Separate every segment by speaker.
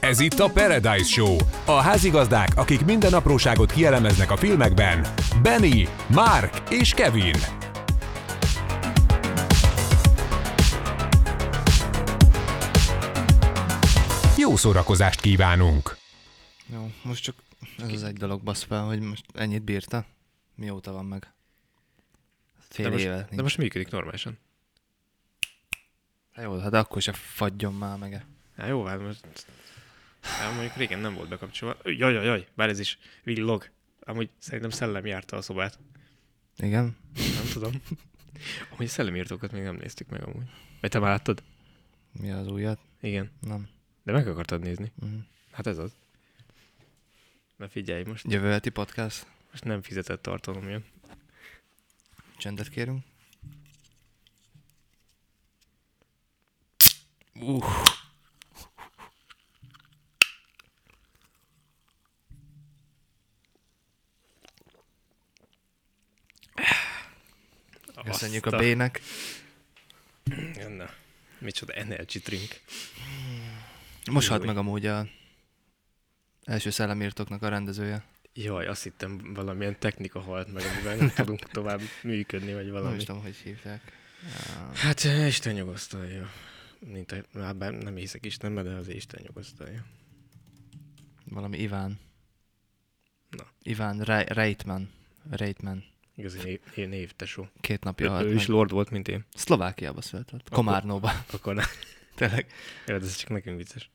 Speaker 1: Ez itt a Paradise Show. A házigazdák, akik minden apróságot kielemeznek a filmekben. Benny, Mark és Kevin. Jó szórakozást kívánunk!
Speaker 2: Jó, most csak ez az egy dolog basz fel, hogy most ennyit bírta. Mióta van meg? Fél
Speaker 3: De most,
Speaker 2: éve.
Speaker 3: de
Speaker 2: nincs.
Speaker 3: most működik normálisan.
Speaker 2: Hát Jó, hát akkor se fagyjon már meg. e.
Speaker 3: Hát jó, hát most... Hát mondjuk régen nem volt bekapcsolva. Ö, Jaj, jaj, jaj, bár ez is villog. Amúgy szerintem szellem járta a szobát.
Speaker 2: Igen?
Speaker 3: Nem tudom. Amúgy szellemírtókat még nem néztük meg amúgy. Vagy te már láttad?
Speaker 2: Mi az újat?
Speaker 3: Igen.
Speaker 2: Nem.
Speaker 3: De meg akartad nézni.
Speaker 2: Mhm.
Speaker 3: Hát ez az. Na figyelj, most,
Speaker 2: Jövő heti podcast.
Speaker 3: most nem fizetett tartalom jön.
Speaker 2: Csendet kérünk. Köszönjük
Speaker 3: Azt
Speaker 2: a B-nek.
Speaker 3: Na, micsoda energy drink.
Speaker 2: Most halt
Speaker 3: Új.
Speaker 2: meg amúgy a első szellemírtóknak a rendezője.
Speaker 3: Jaj, azt hittem valamilyen technika halt meg, amivel nem tudunk tovább működni, vagy
Speaker 2: Nem
Speaker 3: valami.
Speaker 2: is tudom, hogy hívják. Ah,
Speaker 3: Hát eh, Isten nyugosztalja. Mint a, hát bár nem hiszek Istenbe, de az Isten nyugosztalja.
Speaker 2: Valami Iván.
Speaker 3: Na.
Speaker 2: Iván Re- Reitman. Reitman.
Speaker 3: Igazi név, név, név tesó.
Speaker 2: Két napja
Speaker 3: Ja,
Speaker 2: halt
Speaker 3: ő
Speaker 2: meg.
Speaker 3: is lord volt, mint én.
Speaker 2: Szlovákiába született. Komárnóba.
Speaker 3: Akkor ne.
Speaker 2: Tényleg.
Speaker 3: Jó, de ez csak nekünk vicces.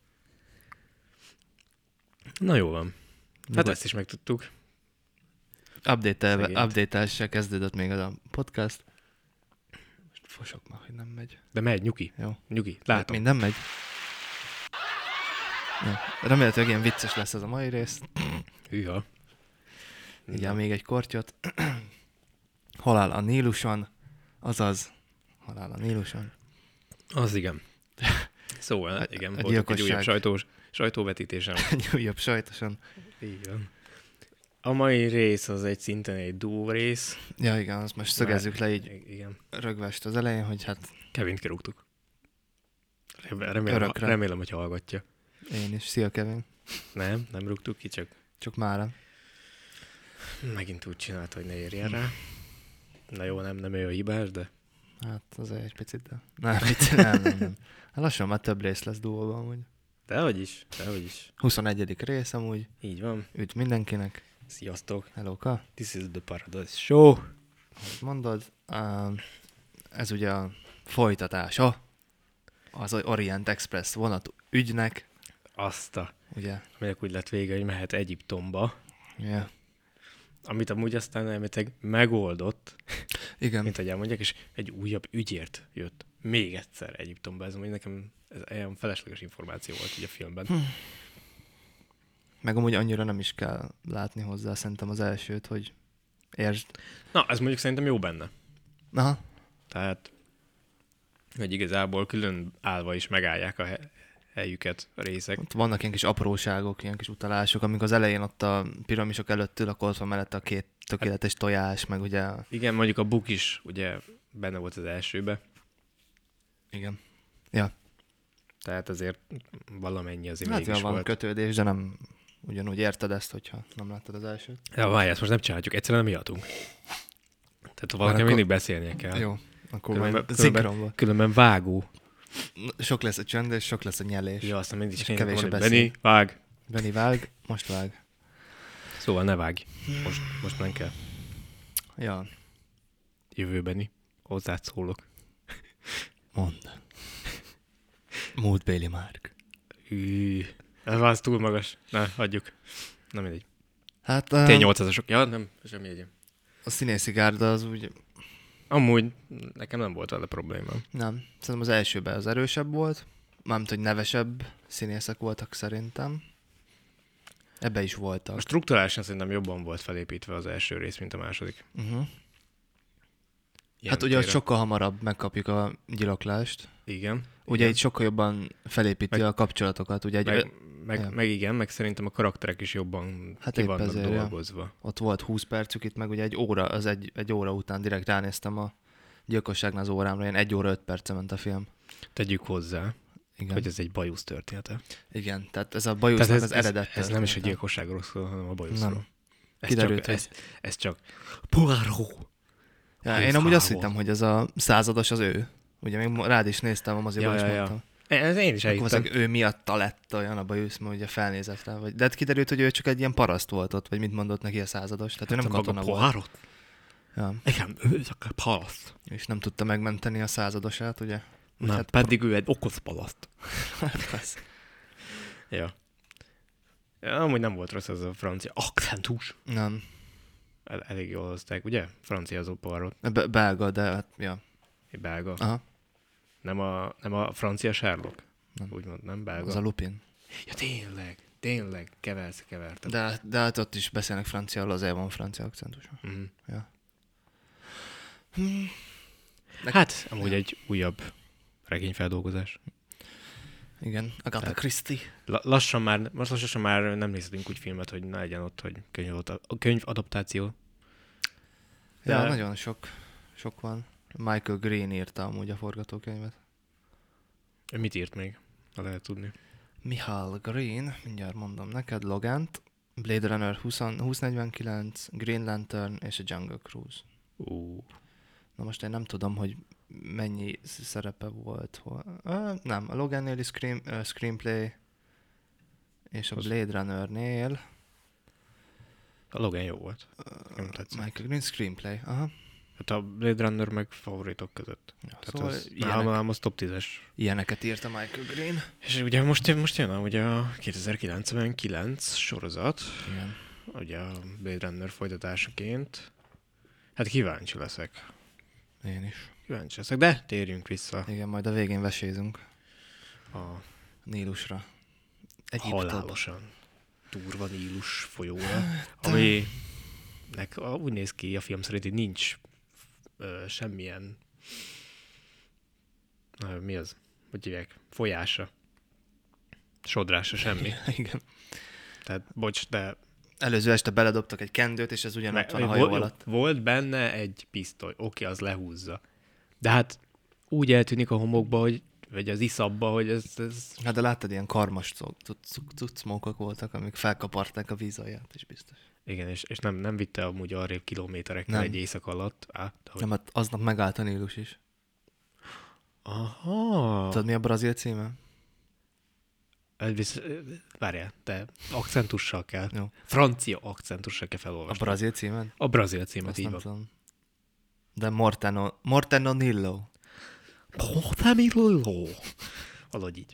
Speaker 3: Na jó van. Hát
Speaker 2: Nyugodt.
Speaker 3: ezt is megtudtuk.
Speaker 2: Update-elve,
Speaker 3: Szegényt.
Speaker 2: update-el kezdődött még az a podcast. Most fosok már, hogy nem megy.
Speaker 3: De megy, nyugi.
Speaker 2: Jó.
Speaker 3: Nyugi, látom.
Speaker 2: Minden megy. Jó. Remélhetőleg ilyen vicces lesz ez a mai rész.
Speaker 3: Hűha.
Speaker 2: Igen, még egy kortyot. Halál a Níluson, azaz Halál a Níluson.
Speaker 3: Az igen. Szóval,
Speaker 2: A-
Speaker 3: igen,
Speaker 2: a
Speaker 3: volt egy
Speaker 2: gyilkosság.
Speaker 3: újabb sajtós, sajtóvetítésem.
Speaker 2: Egy újabb sajtosan.
Speaker 3: Így van. A mai rész az egy szinten egy duó rész.
Speaker 2: Ja igen, azt most szögezzük le így
Speaker 3: I- Igen.
Speaker 2: rögvest az elején, hogy hát
Speaker 3: Kevin kirúgtuk. Remé- Remélem,
Speaker 2: Örökre.
Speaker 3: remélem, hogy hallgatja.
Speaker 2: én is. Szia Kevin.
Speaker 3: Nem, nem rúgtuk ki, csak
Speaker 2: Csak mára.
Speaker 3: megint úgy csinálta, hogy ne érjen rá. Na jó, nem, nem ő a hibás, de
Speaker 2: Hát azért egy picit, de... Nem, mit, nem, nem, nem. Hát lassan már több rész lesz duóban amúgy.
Speaker 3: dehogy is, dehogy is.
Speaker 2: 21. rész amúgy.
Speaker 3: Így van.
Speaker 2: Üdv mindenkinek.
Speaker 3: Sziasztok.
Speaker 2: Helóka,
Speaker 3: This is the Paradise Show.
Speaker 2: ahogy mondod. Ám, Ez ugye a folytatása az Orient Express vonat ügynek,
Speaker 3: Azt a,
Speaker 2: ugye?
Speaker 3: aminek úgy lett vége, hogy mehet Egyiptomba,
Speaker 2: Yeah.
Speaker 3: amit amúgy aztán elméletileg megoldott,
Speaker 2: Igen.
Speaker 3: mint ahogy elmondják, és egy újabb ügyért jött. Még egyszer Egyiptomba. Ez amúgy nekem ez olyan felesleges információ volt így a filmben.
Speaker 2: Meg amúgy annyira nem is kell látni hozzá, szerintem az elsőt, hogy értsd.
Speaker 3: Na, ez mondjuk szerintem jó benne.
Speaker 2: Na,
Speaker 3: Tehát, hogy igazából külön állva is megállják a he- helyüket a részek.
Speaker 2: ott vannak ilyen kis apróságok, ilyen kis utalások, amik az elején ott a piramisok előtt ül, akkor ott van mellette a két tökéletes tojás, meg ugye...
Speaker 3: Igen, mondjuk a Buk is ugye benne volt az elsőbe,
Speaker 2: Igen. Ja,
Speaker 3: tehát azért valamennyi azért hát
Speaker 2: hát
Speaker 3: mégis
Speaker 2: ja, van
Speaker 3: volt. Köt...
Speaker 2: kötődés, de nem ugyanúgy érted ezt, hogyha nem láttad az elsőt.
Speaker 3: Ja, várj, ezt most nem csináljuk, egyszerűen nem ihatunk. Tehát valakinek
Speaker 2: akkor-
Speaker 3: mindig beszélnie kell.
Speaker 2: Jó, akkor
Speaker 3: Különben,
Speaker 2: majd
Speaker 3: különben,
Speaker 2: szinkronban.
Speaker 3: különben vágó.
Speaker 2: Sok lesz a csönd, és sok lesz a nyelés.
Speaker 3: Ja, aztán mindig is
Speaker 2: kevés
Speaker 3: kevés
Speaker 2: a
Speaker 3: mondani,
Speaker 2: beszél.
Speaker 3: Benni, vág.
Speaker 2: Benni vág, most vág.
Speaker 3: Szóval ne vágj. Most, most nem kell.
Speaker 2: Ja,
Speaker 3: Jövőbeni. Hozzád szólok.
Speaker 2: mond. Múltbéli Márk.
Speaker 3: Hű. Ez az túl magas. Na, hagyjuk. Na mindegy.
Speaker 2: Hát
Speaker 3: Te
Speaker 2: um,
Speaker 3: 800-asok. Ja, nem, semmi egyéb.
Speaker 2: a színészi gárda az úgy,
Speaker 3: Amúgy nekem nem volt vele problémám.
Speaker 2: nem, szerintem az elsőben az erősebb volt, mármint, hogy nevesebb színészek voltak szerintem. Ebbe is voltak.
Speaker 3: A strukturálisan szerintem jobban volt felépítve az első rész, mint a második.
Speaker 2: Uh-huh.
Speaker 3: Ilyen
Speaker 2: Hát ugye ott
Speaker 3: téren.
Speaker 2: sokkal hamarabb megkapjuk a gyiloklást.
Speaker 3: Igen.
Speaker 2: Ugye itt sokkal jobban felépíti
Speaker 3: Meg-
Speaker 2: a kapcsolatokat, ugye egy,
Speaker 3: Meg,
Speaker 2: Ja.
Speaker 3: meg, meg igen, meg szerintem a karakterek is jobban
Speaker 2: Hát
Speaker 3: hát ki
Speaker 2: épp
Speaker 3: vannak
Speaker 2: ezért, ja.
Speaker 3: dolgozva.
Speaker 2: ott volt 20 percük, itt meg ugye egy óra, az egy, egy óra után direkt ránéztem a gyilkosságnál az órámra, ilyen egy óra öt perce ment a film.
Speaker 3: Tegyük hozzá,
Speaker 2: igen.
Speaker 3: hogy ez egy bajusz története.
Speaker 2: Igen, tehát ez a bajusznak az
Speaker 3: ez, ez,
Speaker 2: eredet
Speaker 3: ez nem is egy
Speaker 2: története.
Speaker 3: gyilkosságról szól, hanem a bajuszról.
Speaker 2: Nem.
Speaker 3: Nem. Ez
Speaker 2: Kiderült,
Speaker 3: csak, ez, ez csak Poirot.
Speaker 2: Ja,
Speaker 3: Húsz
Speaker 2: én amúgy azt
Speaker 3: hávol.
Speaker 2: hittem, hogy ez a százados az ő. Ugye még ma- rád is néztem, am azért
Speaker 3: Ja,
Speaker 2: ja, is
Speaker 3: ja, ja.
Speaker 2: mondtam.
Speaker 3: Ez én is
Speaker 2: Akkor
Speaker 3: elhittem.
Speaker 2: valószínűleg ő miatta lett olyan a bajusz, mert ugye felnézett rá. Vagy... De hát kiderült, hogy ő csak egy ilyen paraszt volt ott, vagy mit mondott neki a százados. Tehát ő nem katona volt.
Speaker 3: Poirot?
Speaker 2: Ja,
Speaker 3: Hát, Igen, ő csak a paraszt.
Speaker 2: és nem tudta megmenteni a századosát, ugye? Vagy
Speaker 3: Nem,
Speaker 2: hát
Speaker 3: pedig ő egy okos paraszt.
Speaker 2: persze.
Speaker 3: Ja. ja. Amúgy nem volt rossz ez a francia akcentus.
Speaker 2: Nem,
Speaker 3: El, elég jól hozták, ugye? Francia az a Poirot,
Speaker 2: Be- belga, de hát, ja.
Speaker 3: egy belga.
Speaker 2: Aha,
Speaker 3: Nem a, nem a francia Sherlock?
Speaker 2: Nem.
Speaker 3: Nem. Úgymond, nem belga?
Speaker 2: az a Lupin.
Speaker 3: Ja, tényleg, tényleg, keversz, kevertem.
Speaker 2: De, de hát ott is beszélnek franciául, azért van francia akcentus.
Speaker 3: Mm.
Speaker 2: Ja.
Speaker 3: Hát, amúgy egy újabb regényfeldolgozás.
Speaker 2: Igen, Agatha Christie.
Speaker 3: La- lassan már, most lassan már nem nézhetünk úgy filmet, hogy ne legyen ott, hogy könyv, a könyv adaptáció.
Speaker 2: De... Ja,
Speaker 3: De-
Speaker 2: nagyon sok, sok van. Michael Green írta amúgy a forgatókönyvet.
Speaker 3: Ő mit írt még? Ha lehet tudni.
Speaker 2: Michael Green, mindjárt mondom neked, Logant, Blade Runner 20, 2049, Green Lantern és a Jungle Cruise.
Speaker 3: Ó,
Speaker 2: Na most én nem tudom, hogy mennyi sz- szerepe volt. Hol... Ö, nem, a Logannél is screen, ö, screenplay, és a
Speaker 3: Az-
Speaker 2: Blade Runnernél
Speaker 3: a Logan jó volt. Nem tetszett.
Speaker 2: Michael Green screenplay. Aha.
Speaker 3: Hát a Blade Runner meg favoritok között.
Speaker 2: Ja,
Speaker 3: Tehát
Speaker 2: szóval
Speaker 3: szóval az,
Speaker 2: ilyenek,
Speaker 3: nálam, nálam az top 10-es.
Speaker 2: ilyeneket írta Michael Green.
Speaker 3: És ugye most, most jön a, ugye a 2099 sorozat,
Speaker 2: Igen.
Speaker 3: ugye a Blade Runner folytatásaként. Hát kíváncsi leszek.
Speaker 2: Én is.
Speaker 3: Kíváncsi leszek, de térjünk vissza
Speaker 2: Igen, majd a végén vesézünk
Speaker 3: a
Speaker 2: Nílusra. Egyiptó.
Speaker 3: halálosan durva Nílus folyóra, aminek a- úgy néz ki a film szerint, hogy nincs ö, semmilyen ö, mi az? Hogy hívják? Folyása. Sodrása, semmi.
Speaker 2: Igen.
Speaker 3: Tehát bocs, de
Speaker 2: Előző este beledobtak egy kendőt, és ez ugyanott
Speaker 3: Mert
Speaker 2: van a hajó
Speaker 3: volt,
Speaker 2: alatt.
Speaker 3: volt benne egy pisztoly, oké, az lehúzza. De hát úgy eltűnik a homokba, hogy, vagy az iszabba, hogy ez, ez
Speaker 2: Hát de láttad, ilyen karmas cuc- cuc- cuccmókok voltak, amik felkaparták a víz alját, és biztos.
Speaker 3: igen, és, és nem, nem vitte amúgy arrébb kilométerekkel
Speaker 2: Nem.
Speaker 3: egy éjszak alatt. Á, de hogy...
Speaker 2: Nem, hát aznap megállt a Nílus is.
Speaker 3: Aha.
Speaker 2: Tudod, mi a brazil címe?
Speaker 3: Ez visz- Várjál, te akcentussal kell.
Speaker 2: Jó.
Speaker 3: Francia akcentussal kell
Speaker 2: A
Speaker 3: felolvasni.
Speaker 2: brazil címen?
Speaker 3: A brazil címet
Speaker 2: Azt
Speaker 3: így
Speaker 2: nem
Speaker 3: van.
Speaker 2: tudom. De Morteno, Morteno Nillo.
Speaker 3: Portamillo. Valahogy így.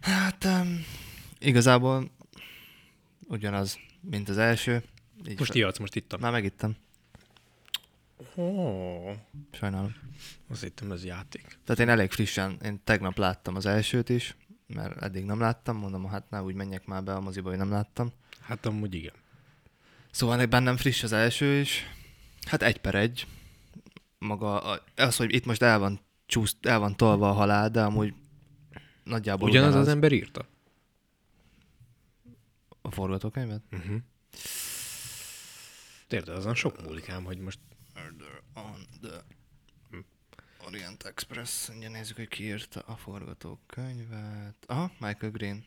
Speaker 2: Hát um, igazából ugyanaz, mint az első. Így
Speaker 3: Most
Speaker 2: so-
Speaker 3: ihatsz, most ittam.
Speaker 2: Már megittem,
Speaker 3: Oh,
Speaker 2: sajnálom.
Speaker 3: azt hittem ez játék.
Speaker 2: Tehát én elég frissen, én tegnap láttam az elsőt is, mert eddig nem láttam, mondom, hát na úgy menjek már be a moziba, hogy nem láttam.
Speaker 3: Hát amúgy igen.
Speaker 2: Szóval bennem friss az első is. Hát egy per egy. Maga a, az, hogy itt most el van, csúsz, el van tolva a halál, de amúgy nagyjából
Speaker 3: Ugyanaz az ember írta?
Speaker 2: a forgatókönyvet.
Speaker 3: Uh-huh. Érted, azon sok múlik ám, hogy most
Speaker 2: Murder on the Orient Express. Ugye nézzük, hogy ki írta a forgatókönyvet. Aha, Michael Green.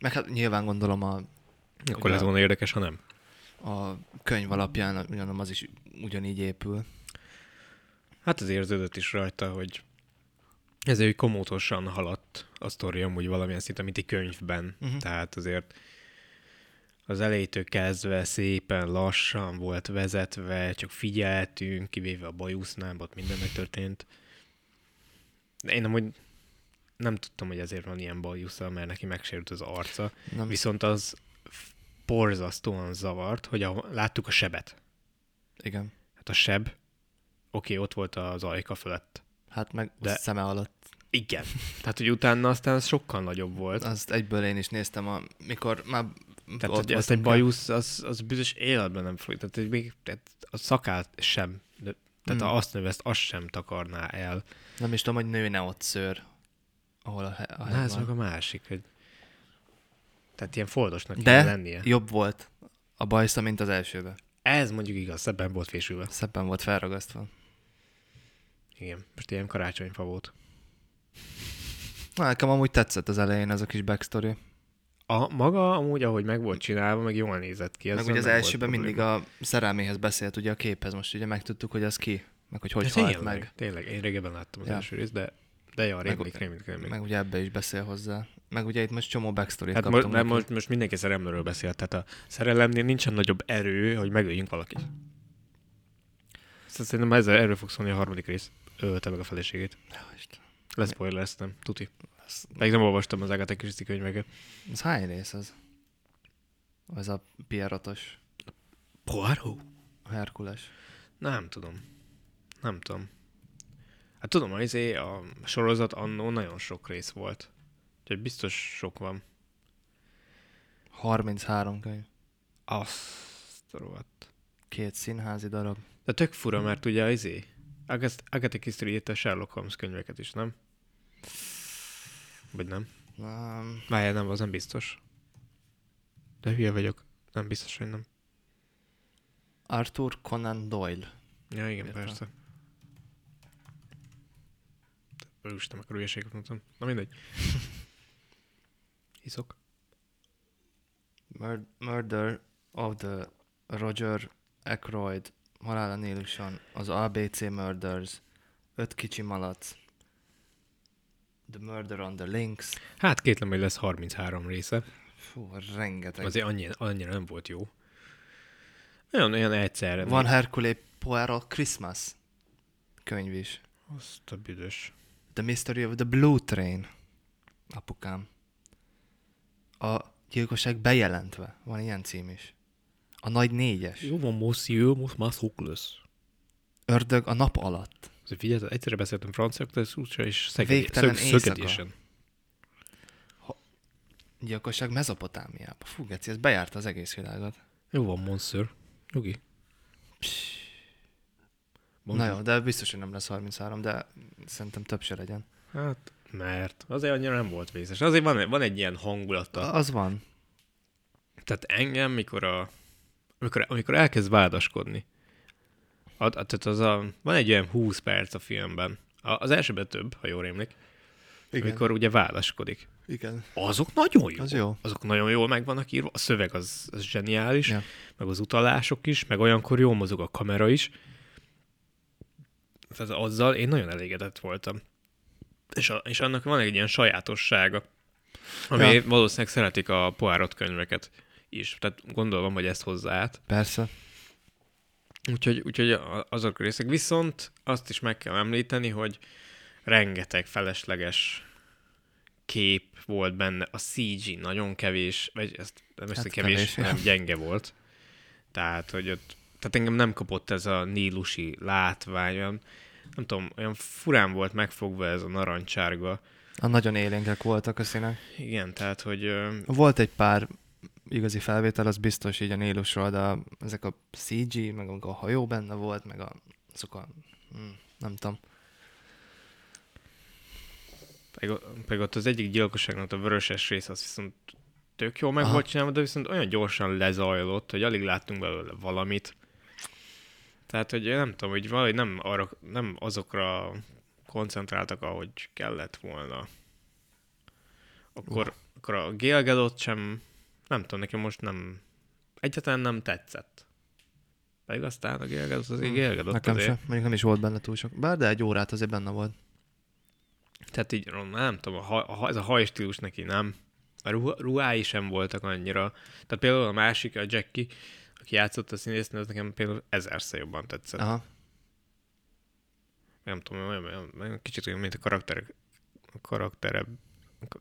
Speaker 2: Meg hát nyilván gondolom a,
Speaker 3: akkor ez volna érdekes, ha nem.
Speaker 2: a könyv alapján ugyanom az is ugyanígy épül.
Speaker 3: Hát az érződött is rajta, hogy ez egy komótosan haladt a sztori amúgy valamilyen szinte, mint egy könyvben.
Speaker 2: Mhm.
Speaker 3: Uh-huh. Tehát azért az elejétől kezdve szépen lassan volt vezetve, csak figyeltünk, kivéve a bajusznál, ott minden megtörtént. De én amúgy nem tudtam, hogy ezért van ilyen bajusza, mert neki megsérült az arca.
Speaker 2: Nem,
Speaker 3: Viszont az f- borzasztóan zavart, hogy a, láttuk a sebet.
Speaker 2: igen.
Speaker 3: Hát a seb, oké, ott volt az ajka fölött.
Speaker 2: Hát meg De...
Speaker 3: De-
Speaker 2: szeme alatt.
Speaker 3: Igen. Tehát, hogy utána aztán az sokkal nagyobb volt.
Speaker 2: Azt egyből én is néztem, a, mikor már
Speaker 3: Tehát, hogy ezt egy bajusz, az, az bizonyos életben nem fog. Tehát, hogy még tehát a szakát sem, de, tehát
Speaker 2: Mm.
Speaker 3: hmm. azt növeszt, azt sem takarná el.
Speaker 2: Nem is tudom, hogy nőne ott szőr, ahol a, he- a
Speaker 3: Na,
Speaker 2: hely
Speaker 3: ez meg
Speaker 2: van.
Speaker 3: a másik, hogy tehát ilyen foldosnak
Speaker 2: De
Speaker 3: kell lennie.
Speaker 2: jobb volt a bajsza, mint az elsőbe.
Speaker 3: Ez mondjuk igaz, szebben volt fésülve.
Speaker 2: Szebben volt felragasztva.
Speaker 3: Igen, most ilyen karácsonyfa volt.
Speaker 2: Na, nekem amúgy tetszett az elején ez a kis backstory.
Speaker 3: A maga amúgy, ahogy meg volt csinálva, meg jól nézett ki.
Speaker 2: Ez meg ugye
Speaker 3: ezzel
Speaker 2: az
Speaker 3: nem volt
Speaker 2: elsőben
Speaker 3: probléma.
Speaker 2: mindig a szerelméhez beszélt ugye a képhez, most ugye megtudtuk, hogy az ki, meg hogy hogy
Speaker 3: De
Speaker 2: halt
Speaker 3: tényleg,
Speaker 2: meg.
Speaker 3: Tényleg, én régebben láttam az
Speaker 2: Ja.
Speaker 3: első részt, de, de jó, rémlik, rémlik, rémlik.
Speaker 2: Meg ugye ebbe is beszél hozzá. Meg ugye itt most csomó backstory
Speaker 3: Hát most, mert most, most mindenki szerelemről beszél, tehát a szerelemnél nincsen nagyobb erő, hogy megöljünk valakit. Szóval szerintem ezzel erről fog szólni a harmadik rész. Ölte meg a feleségét. Lesz spoilereztem, tuti.
Speaker 2: Ez,
Speaker 3: Meg nem olvastam az Agatha Christie könyveket.
Speaker 2: ez hány rész az? Ez a Pierrotos
Speaker 3: Poirot?
Speaker 2: Herkules.
Speaker 3: Nem tudom. Nem tudom. Hát tudom, az a sorozat annó nagyon sok rész volt. Úgyhogy biztos sok van.
Speaker 2: 33 könyv.
Speaker 3: Azt a rohadt.
Speaker 2: Két színházi darab.
Speaker 3: De tök fura, mert ugye izé, Agatha Agatha Christie írta Sherlock Holmes könyveket is, nem? Vagy nem?
Speaker 2: Um,
Speaker 3: Várjál, nem, az nem biztos. De hülye vagyok. Nem biztos, hogy nem.
Speaker 2: Arthur Conan Doyle.
Speaker 3: Ja, igen,
Speaker 2: Értem.
Speaker 3: persze. Úristen, akkor hülyeséget mondtam. Na mindegy. Iszok.
Speaker 2: Mur- Murder of the Roger Ackroyd. Halál a Níluson. Az ABC Murders. Öt kicsi malac. The Murder on the Links.
Speaker 3: Hát kétlem, hogy lesz 33 része.
Speaker 2: Fú, rengeteg.
Speaker 3: Azért annyira, annyira nem volt jó. Olyan, olyan egyszerre.
Speaker 2: Van Hercule Poirot Christmas könyv is.
Speaker 3: Azt a büdös.
Speaker 2: The Mystery of the Blue Train. Apukám. A gyilkosság bejelentve. Van ilyen cím is. A nagy négyes.
Speaker 3: Jó van, monsieur, most már szok lesz.
Speaker 2: Ördög a nap alatt.
Speaker 3: Azért figyelj, egyszerre beszéltem franciák, de szúcsa és
Speaker 2: Végtelen éjszaka.
Speaker 3: szögedésen.
Speaker 2: Gyilkosság Mezopotámiába. Fú, geci, ez bejárta az egész világot.
Speaker 3: Jó van, monsieur. Nyugi.
Speaker 2: Na jó, de biztos, hogy nem lesz 33, de szerintem több se legyen.
Speaker 3: Hát, mert azért annyira nem volt vészes. Azért van, van egy ilyen hangulata.
Speaker 2: A- Az van.
Speaker 3: Tehát engem, mikor a, amikor, amikor elkezd vádaskodni, a, a, tehát az a, van egy olyan 20 perc a filmben, a, az elsőben több, ha jól rémlik,
Speaker 2: Igen.
Speaker 3: amikor ugye vádaskodik.
Speaker 2: Igen.
Speaker 3: Azok nagyon jó.
Speaker 2: Az jó.
Speaker 3: Azok nagyon jól meg vannak írva, a szöveg az, az zseniális,
Speaker 2: Ja.
Speaker 3: meg az utalások is, meg olyankor jól mozog a kamera is. Tehát azzal én nagyon elégedett voltam. És, a, és annak van egy ilyen sajátossága, ami
Speaker 2: Ja.
Speaker 3: ja. valószínűleg szeretik a poárot könyveket is. Tehát gondolom, hogy ezt hozzá át.
Speaker 2: Persze.
Speaker 3: Úgyhogy, úgyhogy a- azok a részek. Viszont azt is meg kell említeni, hogy rengeteg felesleges kép volt benne. A CG nagyon kevés, vagy ezt nem
Speaker 2: Hát
Speaker 3: hát kevés,
Speaker 2: kevés,
Speaker 3: kevés,
Speaker 2: ja.
Speaker 3: nem gyenge volt. Tehát, hogy ott, tehát engem nem kapott ez a nílusi látvány, olyan, nem tudom, olyan furán volt megfogva ez a narancsárga.
Speaker 2: A nagyon élénkek voltak a színek.
Speaker 3: Igen, tehát, hogy ö,
Speaker 2: Volt egy pár igazi felvétel, az biztos így a Nílusról, de ezek a CG, meg amikor a hajó benne volt, meg a, azok a, hm, nem tudom,
Speaker 3: Pedig, pedig ott az egyik gyilkosságnak a vöröses rész az viszont tök jó meg
Speaker 2: Aha.
Speaker 3: volt csinálva, de viszont olyan gyorsan lezajlott, hogy alig láttunk belőle valamit. Tehát, hogy én nem tudom, hogy valahogy nem, arra, nem azokra koncentráltak, ahogy kellett volna. Akkor, akkor a Gélgedot sem, nem tudom, nekem most nem, egyáltalán nem tetszett. Pedig aztán a Gélgedot az egy Gélgedot
Speaker 2: Hm, nekem
Speaker 3: azért.
Speaker 2: sem, mondjuk nem is volt benne túl sok. Bár de egy órát azért benne volt.
Speaker 3: Tehát így, nem tudom, a, haj- a, haj- ez a hajstílus neki nem. A ruha, ruhái sem voltak annyira. Tehát például a másik, a Jackie, aki játszott a színésznő, az nekem például ezerszer jobban tetszett. Aha.
Speaker 2: Aha.
Speaker 3: Nem tudom, olyan, olyan, olyan kicsit olyan, mint a karakterek, a karaktere,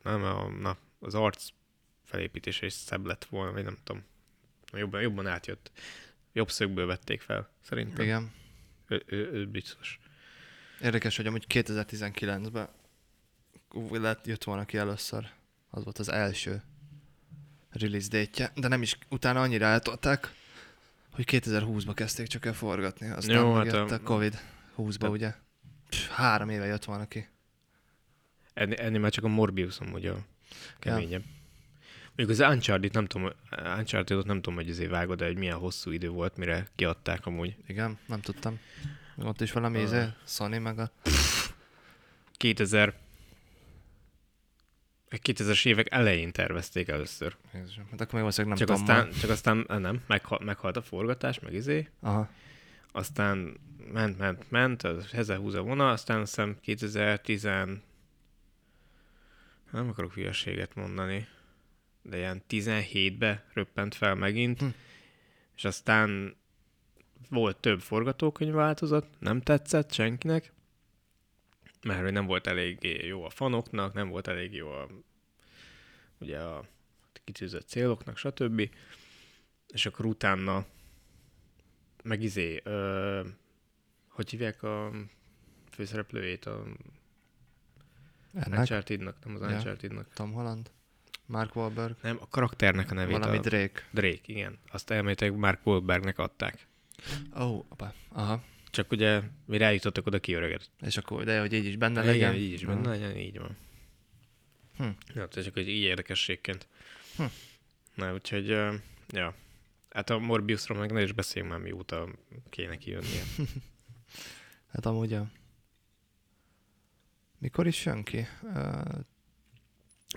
Speaker 3: nem, a, na, az arc felépítése is szebb lett volna, vagy nem tudom. Jobban, jobban átjött. Jobb szögből vették fel, szerintem. Igen.
Speaker 2: Igen.
Speaker 3: Ő, ő, ő biztos.
Speaker 2: Érdekes, hogy amúgy 2019-ben lett, jött volna ki először. Az volt az első release date de nem is utána annyira eltolták, hogy 2020-ba kezdték csak el forgatni. Aztán
Speaker 3: Jó,
Speaker 2: Jó,
Speaker 3: hát
Speaker 2: hát a...
Speaker 3: a- hát-
Speaker 2: Covid 20-ba, ugye? Pff, három éve jött volna ki.
Speaker 3: Ennél, ennél már csak a Morbiusom ugye a keményebb. Mondjuk az Uncharted, nem tudom, Uncharted-ot nem tudom, hogy azért vágod, de hogy milyen hosszú idő volt, mire kiadták amúgy.
Speaker 2: Igen, nem tudtam. Ott is valami
Speaker 3: Ah.
Speaker 2: izé, Sony meg a...
Speaker 3: 2000, A 2000-es évek elején tervezték először.
Speaker 2: Jézusom, hát akkor még valószínűleg nem
Speaker 3: Csak
Speaker 2: tudom.
Speaker 3: aztán, csak aztán á, nem, meghal, meghalt a forgatás, meg izé.
Speaker 2: ma. Aha.
Speaker 3: Aztán ment, ment, ment, az heze húza vona, aztán azt hiszem 2010... Nem akarok hülyeséget mondani, de ilyen 17-be röppent fel megint, hm. és aztán volt több forgatókönyvváltozat, nem tetszett senkinek, mert hogy nem volt eléggé jó a fanoknak, nem volt elég jó a, ugye a kitűzött céloknak, stb. És akkor utána meg izé, ö, hogy hívják a főszereplőjét a
Speaker 2: Ennek
Speaker 3: Uncharted-nak, nem az
Speaker 2: Ja.
Speaker 3: Uncharted-nak.
Speaker 2: Tom Holland, Mark Wahlberg,
Speaker 3: Nem, a karakternek a nevét.
Speaker 2: valami
Speaker 3: a
Speaker 2: Drake.
Speaker 3: Drake, igen. Azt elméletileg Mark Wahlbergnek adták.
Speaker 2: Ó, oh, apa. Aha.
Speaker 3: Csak ugye mi rájutottak oda kiöregedett.
Speaker 2: És akkor ideje, hogy így is benne
Speaker 3: Igen,
Speaker 2: legyen.
Speaker 3: így is benne legyen, így van.
Speaker 2: Hm.
Speaker 3: Ja, tehát csak hogy így érdekességként.
Speaker 2: Hm.
Speaker 3: Na, úgyhogy, ö, ja. Hát a Morbiusról meg ne is beszéljünk már, mióta kéne kijönnie.
Speaker 2: Hm. Hát amúgy a... Mikor is jön ki? Uh,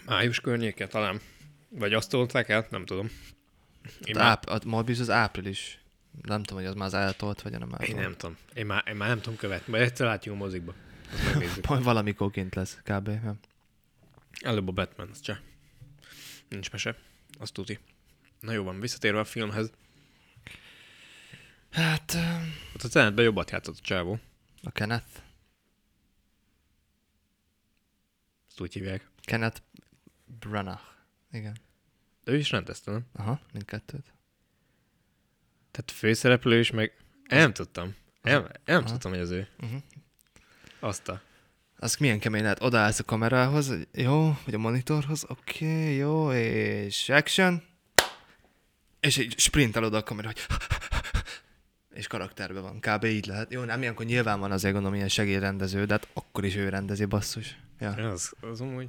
Speaker 3: Május környéke talán. Vagy azt tolták el, nem tudom. Én, már,
Speaker 2: áp, a Morbius az április. Nem tudom, hogy az már az eltolt, vagy a nem eltolt.
Speaker 3: én nem tudom. Én már, én már nem tudom követni. Majd egyszer látjuk a mozikba. Azt megnézzük.
Speaker 2: Pont valamikor kint lesz, kb. Nem?
Speaker 3: Előbb a Batman, az cseh. Nincs mese. Azt tudti. Na jó van, visszatérve a filmhez.
Speaker 2: Hát, ö,
Speaker 3: Ott a cenetben jobbat játszott a csávó.
Speaker 2: a Kenneth.
Speaker 3: Azt úgy hívják.
Speaker 2: Kenneth Branagh. Igen.
Speaker 3: De ő is rendezte, nem?
Speaker 2: Aha, mindkettőt.
Speaker 3: Tehát főszereplő is, meg... Én nem tudtam. Én, én nem tudtam, hogy az ő.
Speaker 2: Uh-huh.
Speaker 3: Azt a...
Speaker 2: Az milyen kemény lehet, odaállsz a kamerához, hogy jó, vagy a monitorhoz, oké, okay, jó, és action. És így sprintel oda a kamera, hogy és karakterben van, kb. így lehet. Jó, nem ilyenkor nyilván van azért gondolom ilyen segélyrendező, de hát akkor is ő rendezi basszus. Ja.
Speaker 3: Az, az amúgy...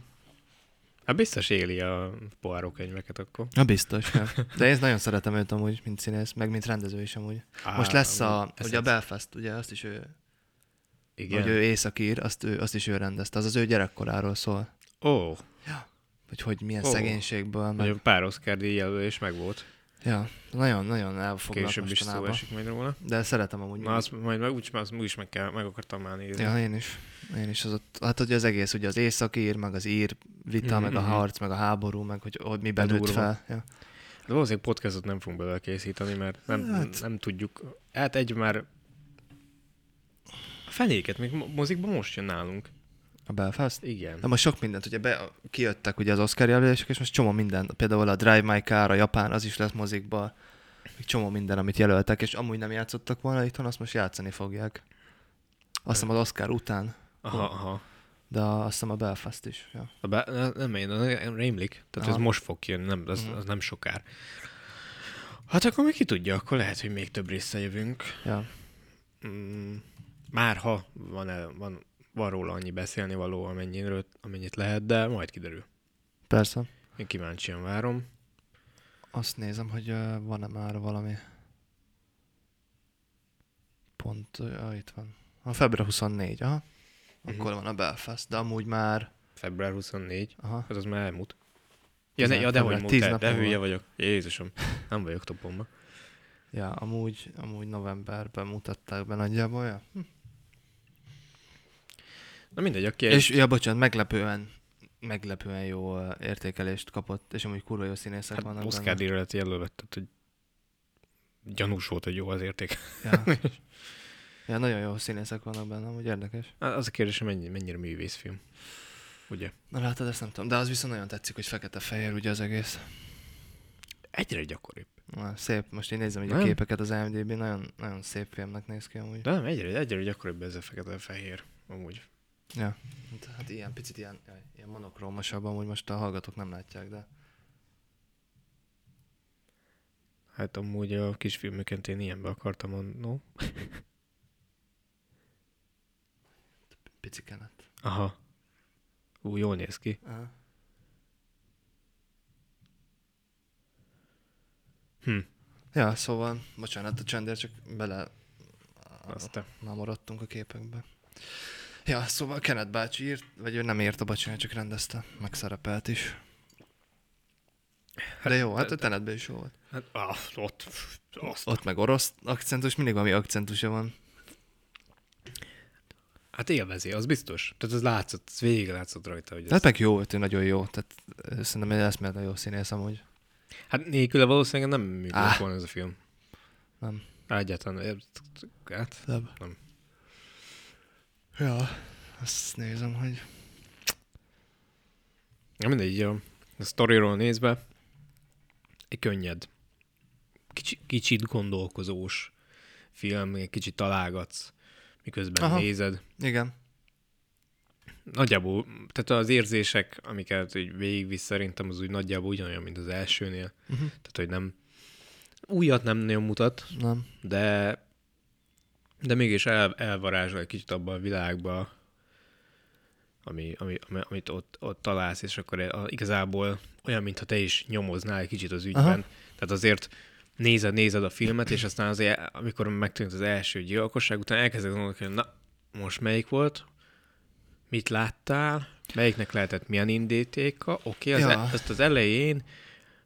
Speaker 3: Hát biztos éli a poáró könyveket akkor.
Speaker 2: Na biztos, ja. De én nagyon szeretem őt amúgy, mint színész, meg mint rendező is amúgy.
Speaker 3: Á,
Speaker 2: Most lesz a,
Speaker 3: ez
Speaker 2: ugye a
Speaker 3: egy-
Speaker 2: Belfast, ugye azt is ő,
Speaker 3: Igen.
Speaker 2: hogy ő északír, azt, ő, azt is ő rendezte, az az ő gyerekkoráról szól.
Speaker 3: Ó,
Speaker 2: Hogy hogy milyen
Speaker 3: Ó.
Speaker 2: oh. szegénységből, meg
Speaker 3: hogy a pár Oscar díjjelölés meg volt.
Speaker 2: Ja, nagyon-nagyon elfoglak
Speaker 3: Később is szó
Speaker 2: mostanában.
Speaker 3: esik majd róla.
Speaker 2: De szeretem amúgy.
Speaker 3: Na, azt majd meg, úgy, azt úgyis meg, kell, meg akartam már nézni.
Speaker 2: Ja, én is. Én is az ott, hát hogy az egész, ugye az északír, meg az ír vita,
Speaker 3: Mhm,
Speaker 2: meg a
Speaker 3: mhm.
Speaker 2: harc, meg a háború, meg hogy, hogy miben
Speaker 3: De
Speaker 2: nőtt
Speaker 3: durva.
Speaker 2: fel. Ja.
Speaker 3: De valószínűleg podcastot nem fogunk belőle készíteni, mert nem, hát...
Speaker 2: Hát-
Speaker 3: nem tudjuk. Hát egy már... A fenéket, még mo- mozikban most jön nálunk.
Speaker 2: A Belfast.
Speaker 3: Igen.
Speaker 2: De most sok mindent, ugye be, kijöttek ugye az Oscar jelölések, és most csomó minden, például a Drive My Car, a Japán, az is lesz mozikba, még csomó minden, amit jelöltek, és amúgy nem játszottak volna itthon, azt most játszani fogják. Azt hiszem az Oscar után,
Speaker 3: Aha, aha.
Speaker 2: de azt hiszem a Belfast is. Ja.
Speaker 3: A be... na, Nem én, nem rémlik. Tehát
Speaker 2: Aha. Mhm.
Speaker 3: ez most fog jönni, nem, az, az nem sokár. Hát akkor még ki tudja, akkor lehet, hogy még több része jövünk.
Speaker 2: Ja.
Speaker 3: Mm, már ha van, el, van, van róla annyi beszélni való, amennyiről, amennyit lehet, de majd kiderül.
Speaker 2: Persze.
Speaker 3: Én kíváncsian várom.
Speaker 2: Azt nézem, hogy ö, van-e már valami pont, uh, itt van. A február 24, aha. Akkor van a Belfast, de amúgy már,
Speaker 3: Február 24.
Speaker 2: aha,
Speaker 3: Hát az már elmúlt. Ja, ne,
Speaker 2: Tizen-
Speaker 3: ja de hogy
Speaker 2: február- tíz
Speaker 3: mondtál, de
Speaker 2: napja
Speaker 3: hülye
Speaker 2: van.
Speaker 3: vagyok. Jézusom, nem vagyok topomba.
Speaker 2: ja, amúgy, amúgy novemberben mutatták be nagyjából, ja.
Speaker 3: Na mindegy, aki egy...
Speaker 2: És, ja, bocsánat, meglepően, meglepően jó ö, értékelést kapott, és amúgy kurva jó színészek
Speaker 3: hát
Speaker 2: vannak
Speaker 3: Oscar díjra lett jelölve, tehát hogy gyanús volt, hogy jó az érték.
Speaker 2: Ja. ja, nagyon jó színészek vannak benne, amúgy érdekes.
Speaker 3: Hát Az a kérdés, hogy mennyi, mennyire művészfilm. Ugye?
Speaker 2: Na látod, ezt nem tudom, de az viszont nagyon tetszik, hogy fekete-fehér ugye az egész.
Speaker 3: Egyre gyakoribb.
Speaker 2: Na, szép, most én nézem így a
Speaker 3: Nem?
Speaker 2: képeket az IMDb, nagyon, nagyon szép filmnek néz ki amúgy.
Speaker 3: De nem, egyre, egyre gyakoribb ez a fekete-fehér. Amúgy.
Speaker 2: Ja. Hát ilyen, picit ilyen, jaj, ilyen monokrómosabb, amúgy most a hallgatók nem látják, de...
Speaker 3: Hát amúgy a kisfilmüket én ilyenbe akartam mondani.
Speaker 2: Pici kenet.
Speaker 3: Aha. Ú, jól néz ki.
Speaker 2: Aha.
Speaker 3: Hm.
Speaker 2: Ja, szóval, bocsánat a csendért, csak bele
Speaker 3: Azt te.
Speaker 2: nem maradtunk a képekbe. Ja, szóval Kenneth bácsi írt, vagy ő nem írta, bocsánat, csak rendezte, meg szerepelt is. De jó, hát a Tenetben is jó volt.
Speaker 3: Hát, ah, ott, azt.
Speaker 2: Ott meg orosz akcentus, mindig valami akcentusa van.
Speaker 3: Hát élvezi, az biztos. Tehát az látszott, az végig látszott rajta. Hogy
Speaker 2: De
Speaker 3: az...
Speaker 2: hát meg jó volt, ő nagyon jó, tehát ö, szerintem egy eszméletlen jó színész amúgy.
Speaker 3: Hát nélküle valószínűleg nem működik
Speaker 2: Á.
Speaker 3: volna ez a film.
Speaker 2: Nem.
Speaker 3: Á, Egyáltalán, eh, hát
Speaker 2: Nem.
Speaker 3: nem.
Speaker 2: Ja, azt nézem, hogy...
Speaker 3: Na mindegy, így a, a sztoriról nézve, egy könnyed, kicsi, kicsit gondolkozós film, egy kicsit találgatsz, miközben
Speaker 2: Aha.
Speaker 3: Aha. nézed.
Speaker 2: Igen.
Speaker 3: Nagyjából, tehát az érzések, amiket így végigvisz szerintem, az úgy nagyjából ugyanolyan, mint az elsőnél.
Speaker 2: Mhm.
Speaker 3: Uh-huh. Tehát, hogy nem, újat nem nagyon mutat,
Speaker 2: Nem.
Speaker 3: de de mégis el, elvarázsol egy kicsit abban a világba, ami, ami, ami, amit ott, ott találsz, és akkor a, igazából olyan, mintha te is nyomoznál egy kicsit az ügyben. Aha. Tehát azért nézed, nézed a filmet, és aztán azért, amikor megtűnt az első gyilkosság, utána elkezded gondolni, hogy na, most melyik volt, mit láttál, melyiknek lehetett milyen indítéka, oké, okay,
Speaker 2: Ja.
Speaker 3: az, ja. ezt az elején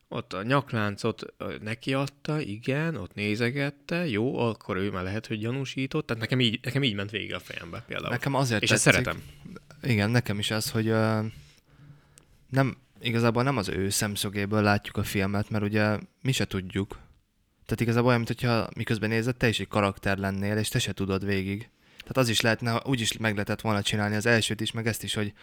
Speaker 3: ott a nyakláncot ö, neki adta, igen, ott nézegette, jó, akkor ő már lehet, hogy gyanúsított, tehát nekem így, nekem így ment végig a fejembe például.
Speaker 2: Nekem azért
Speaker 3: És ezt
Speaker 2: tetszik.
Speaker 3: szeretem.
Speaker 2: Igen, nekem is ez, hogy ö, nem, igazából nem az ő szemszögéből látjuk a filmet, mert ugye mi se tudjuk. Tehát igazából olyan, mintha miközben nézed, te is egy karakter lennél, és te se tudod végig. Tehát az is lehetne, ha úgy is meg lehetett volna csinálni az elsőt is, meg ezt is, hogy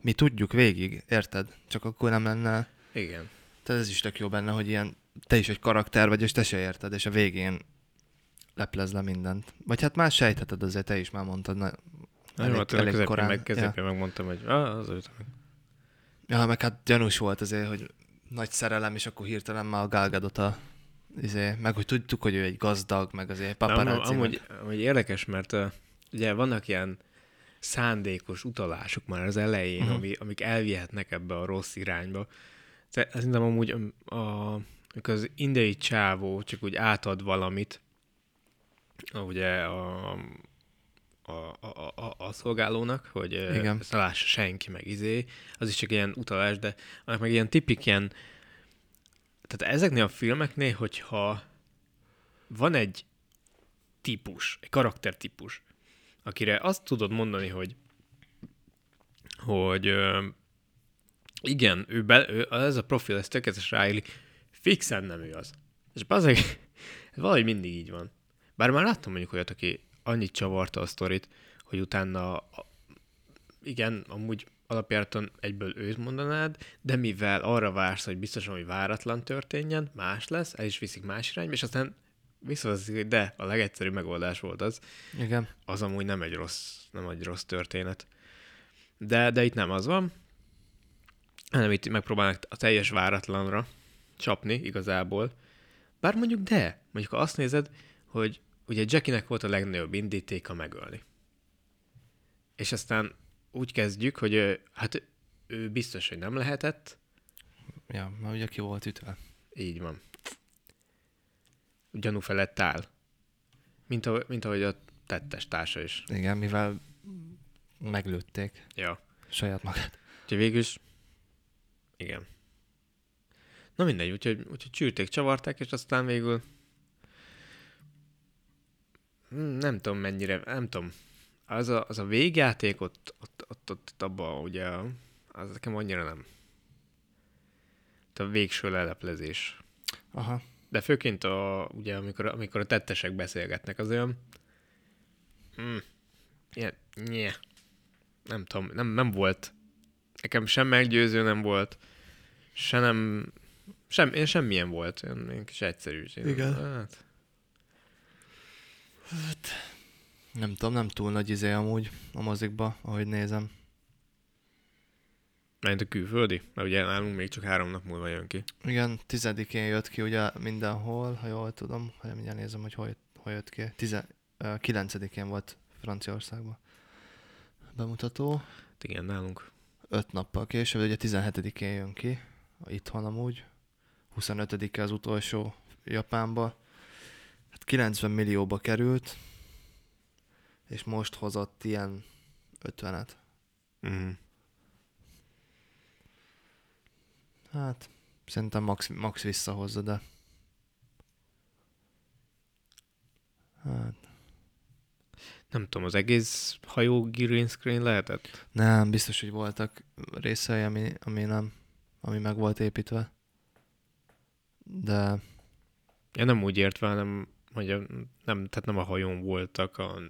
Speaker 2: mi tudjuk végig, érted? Csak akkor nem lenne...
Speaker 3: Igen.
Speaker 2: Tehát ez is tök jó benne, hogy ilyen te is egy karakter vagy, és te se érted, és a végén leplez le mindent. Vagy hát már sejtheted azért, te is már mondtad, na, elég,
Speaker 3: Elég, elég, elég
Speaker 2: elég
Speaker 3: közepén,
Speaker 2: korán.
Speaker 3: meg,
Speaker 2: ja.
Speaker 3: közepén ja. megmondtam, hogy ah, az ő.
Speaker 2: Ja, meg hát gyanús volt azért, hogy nagy szerelem, és akkor hirtelen már a gálgadot a izé, meg hogy tudtuk, hogy ő egy gazdag, meg azért
Speaker 3: De amúgy,
Speaker 2: paparazzi.
Speaker 3: amúgy, amúgy érdekes, mert uh, ugye vannak ilyen szándékos utalások már az elején,
Speaker 2: Mhm.
Speaker 3: uh-huh. ami, amik elvihetnek ebbe a rossz irányba. Te- Szerintem amúgy um, a, amikor az indiai csávó csak úgy átad valamit, a- ugye a, a, a, a- a, a szolgálónak, hogy ö,
Speaker 2: Igen.
Speaker 3: ezt ne lássa senki, meg izé, az is csak ilyen utalás, de annak meg ilyen tipik ilyen, tehát ezeknél a filmeknél, hogyha van egy típus, egy karaktertípus, akire azt tudod mondani, hogy hogy ö, igen, ő, be, ő ez a profil, ez tökéletesen ráillik, fixen nem ő az. És bazeg, ez valahogy mindig így van. Bár már láttam mondjuk olyat, aki annyit csavarta a sztorit, hogy utána a- igen, amúgy alapjáraton egyből őt mondanád, de mivel arra vársz, hogy biztosan, hogy váratlan történjen, más lesz, el is viszik más irányba, és aztán visszaveszik, hogy de, a legegyszerűbb megoldás volt az
Speaker 2: Igen.
Speaker 3: az amúgy nem egy rossz, nem egy rossz történet. De, de itt nem az van, hanem itt megpróbálnak a teljes váratlanra csapni igazából. Bár mondjuk de, mondjuk ha azt nézed, hogy ugye Jackinek volt a legnagyobb indítéka megölni. És aztán úgy kezdjük, hogy ő, hát ő biztos, hogy nem lehetett,
Speaker 2: Ja, mert ugye ki volt ütve.
Speaker 3: így van. Gyanú felett áll. Mint, ahogy- mint ahogy a tettes társa is.
Speaker 2: Igen, mivel meglőtték
Speaker 3: Ja.
Speaker 2: saját magát.
Speaker 3: Úgyhogy végül is... Igen. Na mindegy, úgyhogy, úgyhogy csűrték, csavarták, és aztán végül... Hmm, Nem tudom mennyire, nem tudom. Az a, az a végjáték ott, ott, ott, ott, ott abban ugye, az nekem annyira nem. Ott A végső leleplezés.
Speaker 2: Aha.
Speaker 3: De főként a, ugye, amikor, amikor a tettesek beszélgetnek, az olyan... Mm, ilyen, nye. Nem tudom, nem, nem volt. Nekem sem meggyőző nem volt, se nem... Sem, én semmilyen volt, én, én kis egyszerű. Én,
Speaker 2: Igen.
Speaker 3: Hát,
Speaker 2: Nem tudom, nem túl nagy izé amúgy a mozikba, ahogy nézem.
Speaker 3: mert a külföldi, mert ugye nálunk még csak három nap múlva jön ki.
Speaker 2: Igen, tizedikén jött ki ugye mindenhol, ha jól tudom, ha mindjárt nézem, hogy hol, hol jött ki. Tize, ö, kilencedikén volt Franciaországban bemutató.
Speaker 3: Hát igen, nálunk.
Speaker 2: öt nappal később, de ugye 17-én jön ki, itthon amúgy, 25-e az utolsó Japánba, hát 90 millióba került, és most hozott ilyen 50-et.
Speaker 3: Mm.
Speaker 2: Hát, szerintem max, max visszahozza, de... Hát,
Speaker 3: Nem tudom, az egész hajó green screen lehetett?
Speaker 2: nem, biztos, hogy voltak részei, ami, ami nem, ami meg volt építve. De
Speaker 3: Ja, nem úgy értve, hanem, hogy a, nem, tehát nem a hajón voltak a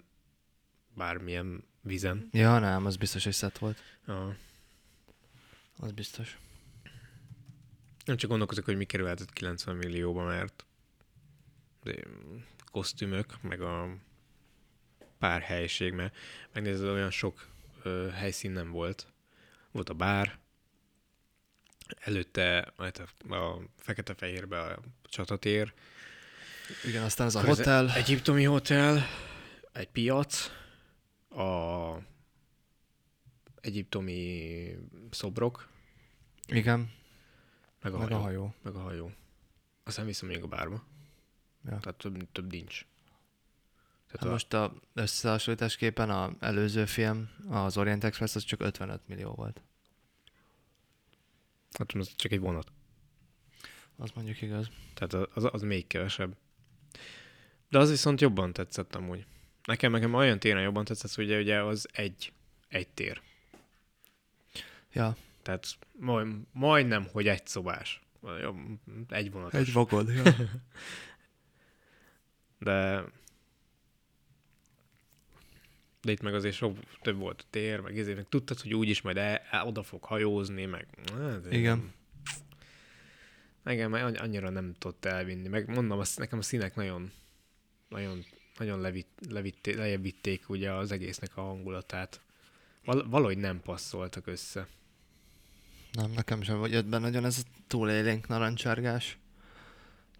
Speaker 3: bármilyen vizen.
Speaker 2: Ja, nem, az biztos, hogy szett volt.
Speaker 3: A,
Speaker 2: Az biztos.
Speaker 3: nem csak gondolkozok, hogy mi kerülhetett 90 millióba, mert de kosztümök, meg a pár helyiség, mert megnézed, olyan sok ö, helyszín nem volt. Volt a bár, előtte hát a, a fekete-fehérbe a csatatér,
Speaker 2: Igen, aztán az a
Speaker 3: Köze-
Speaker 2: hotel.
Speaker 3: Egyiptomi hotel, egy piac, a egyiptomi szobrok,
Speaker 2: Igen,
Speaker 3: meg a,
Speaker 2: meg a
Speaker 3: hajó.
Speaker 2: hajó.
Speaker 3: Meg a hajó. Aztán vissza még a bárba.
Speaker 2: Ja.
Speaker 3: Tehát több, több nincs. Tehát
Speaker 2: Hát most a összehasonlításképpen a előző film, az Orient Express, az csak 55 millió volt.
Speaker 3: hát az csak egy vonat.
Speaker 2: Az mondjuk igaz.
Speaker 3: Tehát az, az még kevesebb. De az viszont jobban tetszett amúgy. Nekem, nekem olyan téren jobban tetszett, hogy ugye, ugye az egy, egy tér.
Speaker 2: Ja,
Speaker 3: Tehát majd, majdnem, hogy egy szobás. Vagy jobb, Egy vonatos.
Speaker 2: egy vagon. Ja.
Speaker 3: De... De itt meg azért sok több volt a tér, meg ezért meg tudtad, hogy úgyis majd el, el, oda fog hajózni, meg... Hát,
Speaker 2: Igen.
Speaker 3: Engem már any- annyira nem tudta elvinni. Meg mondom, azt, nekem a színek nagyon, nagyon, nagyon levit, levitté, lejjebb vitték ugye az egésznek a hangulatát. Val- valahogy nem passzoltak össze.
Speaker 2: Nem, nekem sem vagy jött be nagyon ez a túlélénk narancsárgás.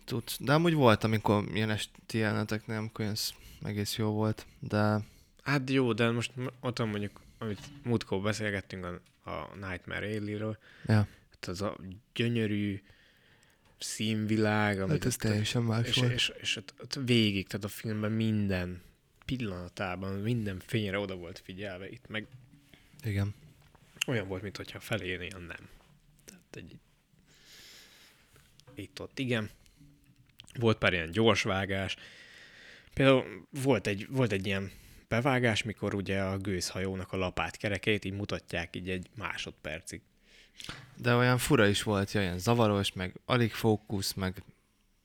Speaker 2: Tud. De amúgy volt, amikor ilyen esti jeleneteknél, amikor ilyen sz- egész jó volt, de
Speaker 3: Hát jó, de most m- ott van mondjuk, amit múltkor beszélgettünk a, a Nightmare Alley-ről,
Speaker 2: ja,
Speaker 3: hát az a gyönyörű színvilág, amit
Speaker 2: hát ez
Speaker 3: ott-
Speaker 2: teljesen más
Speaker 3: és,
Speaker 2: volt.
Speaker 3: és, és ott, ott végig, tehát a filmben minden pillanatában, minden fényre oda volt figyelve, itt meg
Speaker 2: Igen.
Speaker 3: olyan volt, mintha felénél nem. Tehát egy... Itt-ott, igen. Volt pár ilyen gyors vágás. Például volt egy, volt egy ilyen bevágás, mikor ugye a gőzhajónak a lapát kerekét így mutatják így egy másodpercig.
Speaker 2: De olyan fura is volt, ja, ilyen zavaros, meg alig fókusz, meg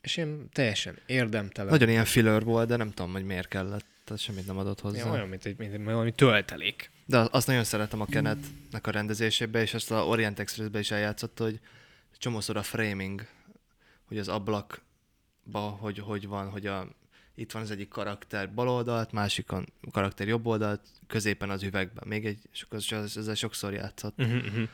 Speaker 3: És ilyen teljesen érdemtelen.
Speaker 2: nagyon ilyen filler volt, de nem tudom, hogy miért kellett, tehát semmit nem adott hozzá.
Speaker 3: Ja, olyan, mint, egy, mint egy, valami töltelék.
Speaker 2: De az- azt nagyon szeretem a Kenetnek a rendezésébe, és azt a Orient Expressbe is eljátszotta, hogy csomószor a framing, hogy az ablakba, hogy, hogy van, hogy a, itt van az egyik karakter bal oldalt, másik a karakter jobb oldalt, középen az üvegben. Még egy, és akkor az- az- ezzel sokszor játszott.
Speaker 3: Uh-huh, uh-huh.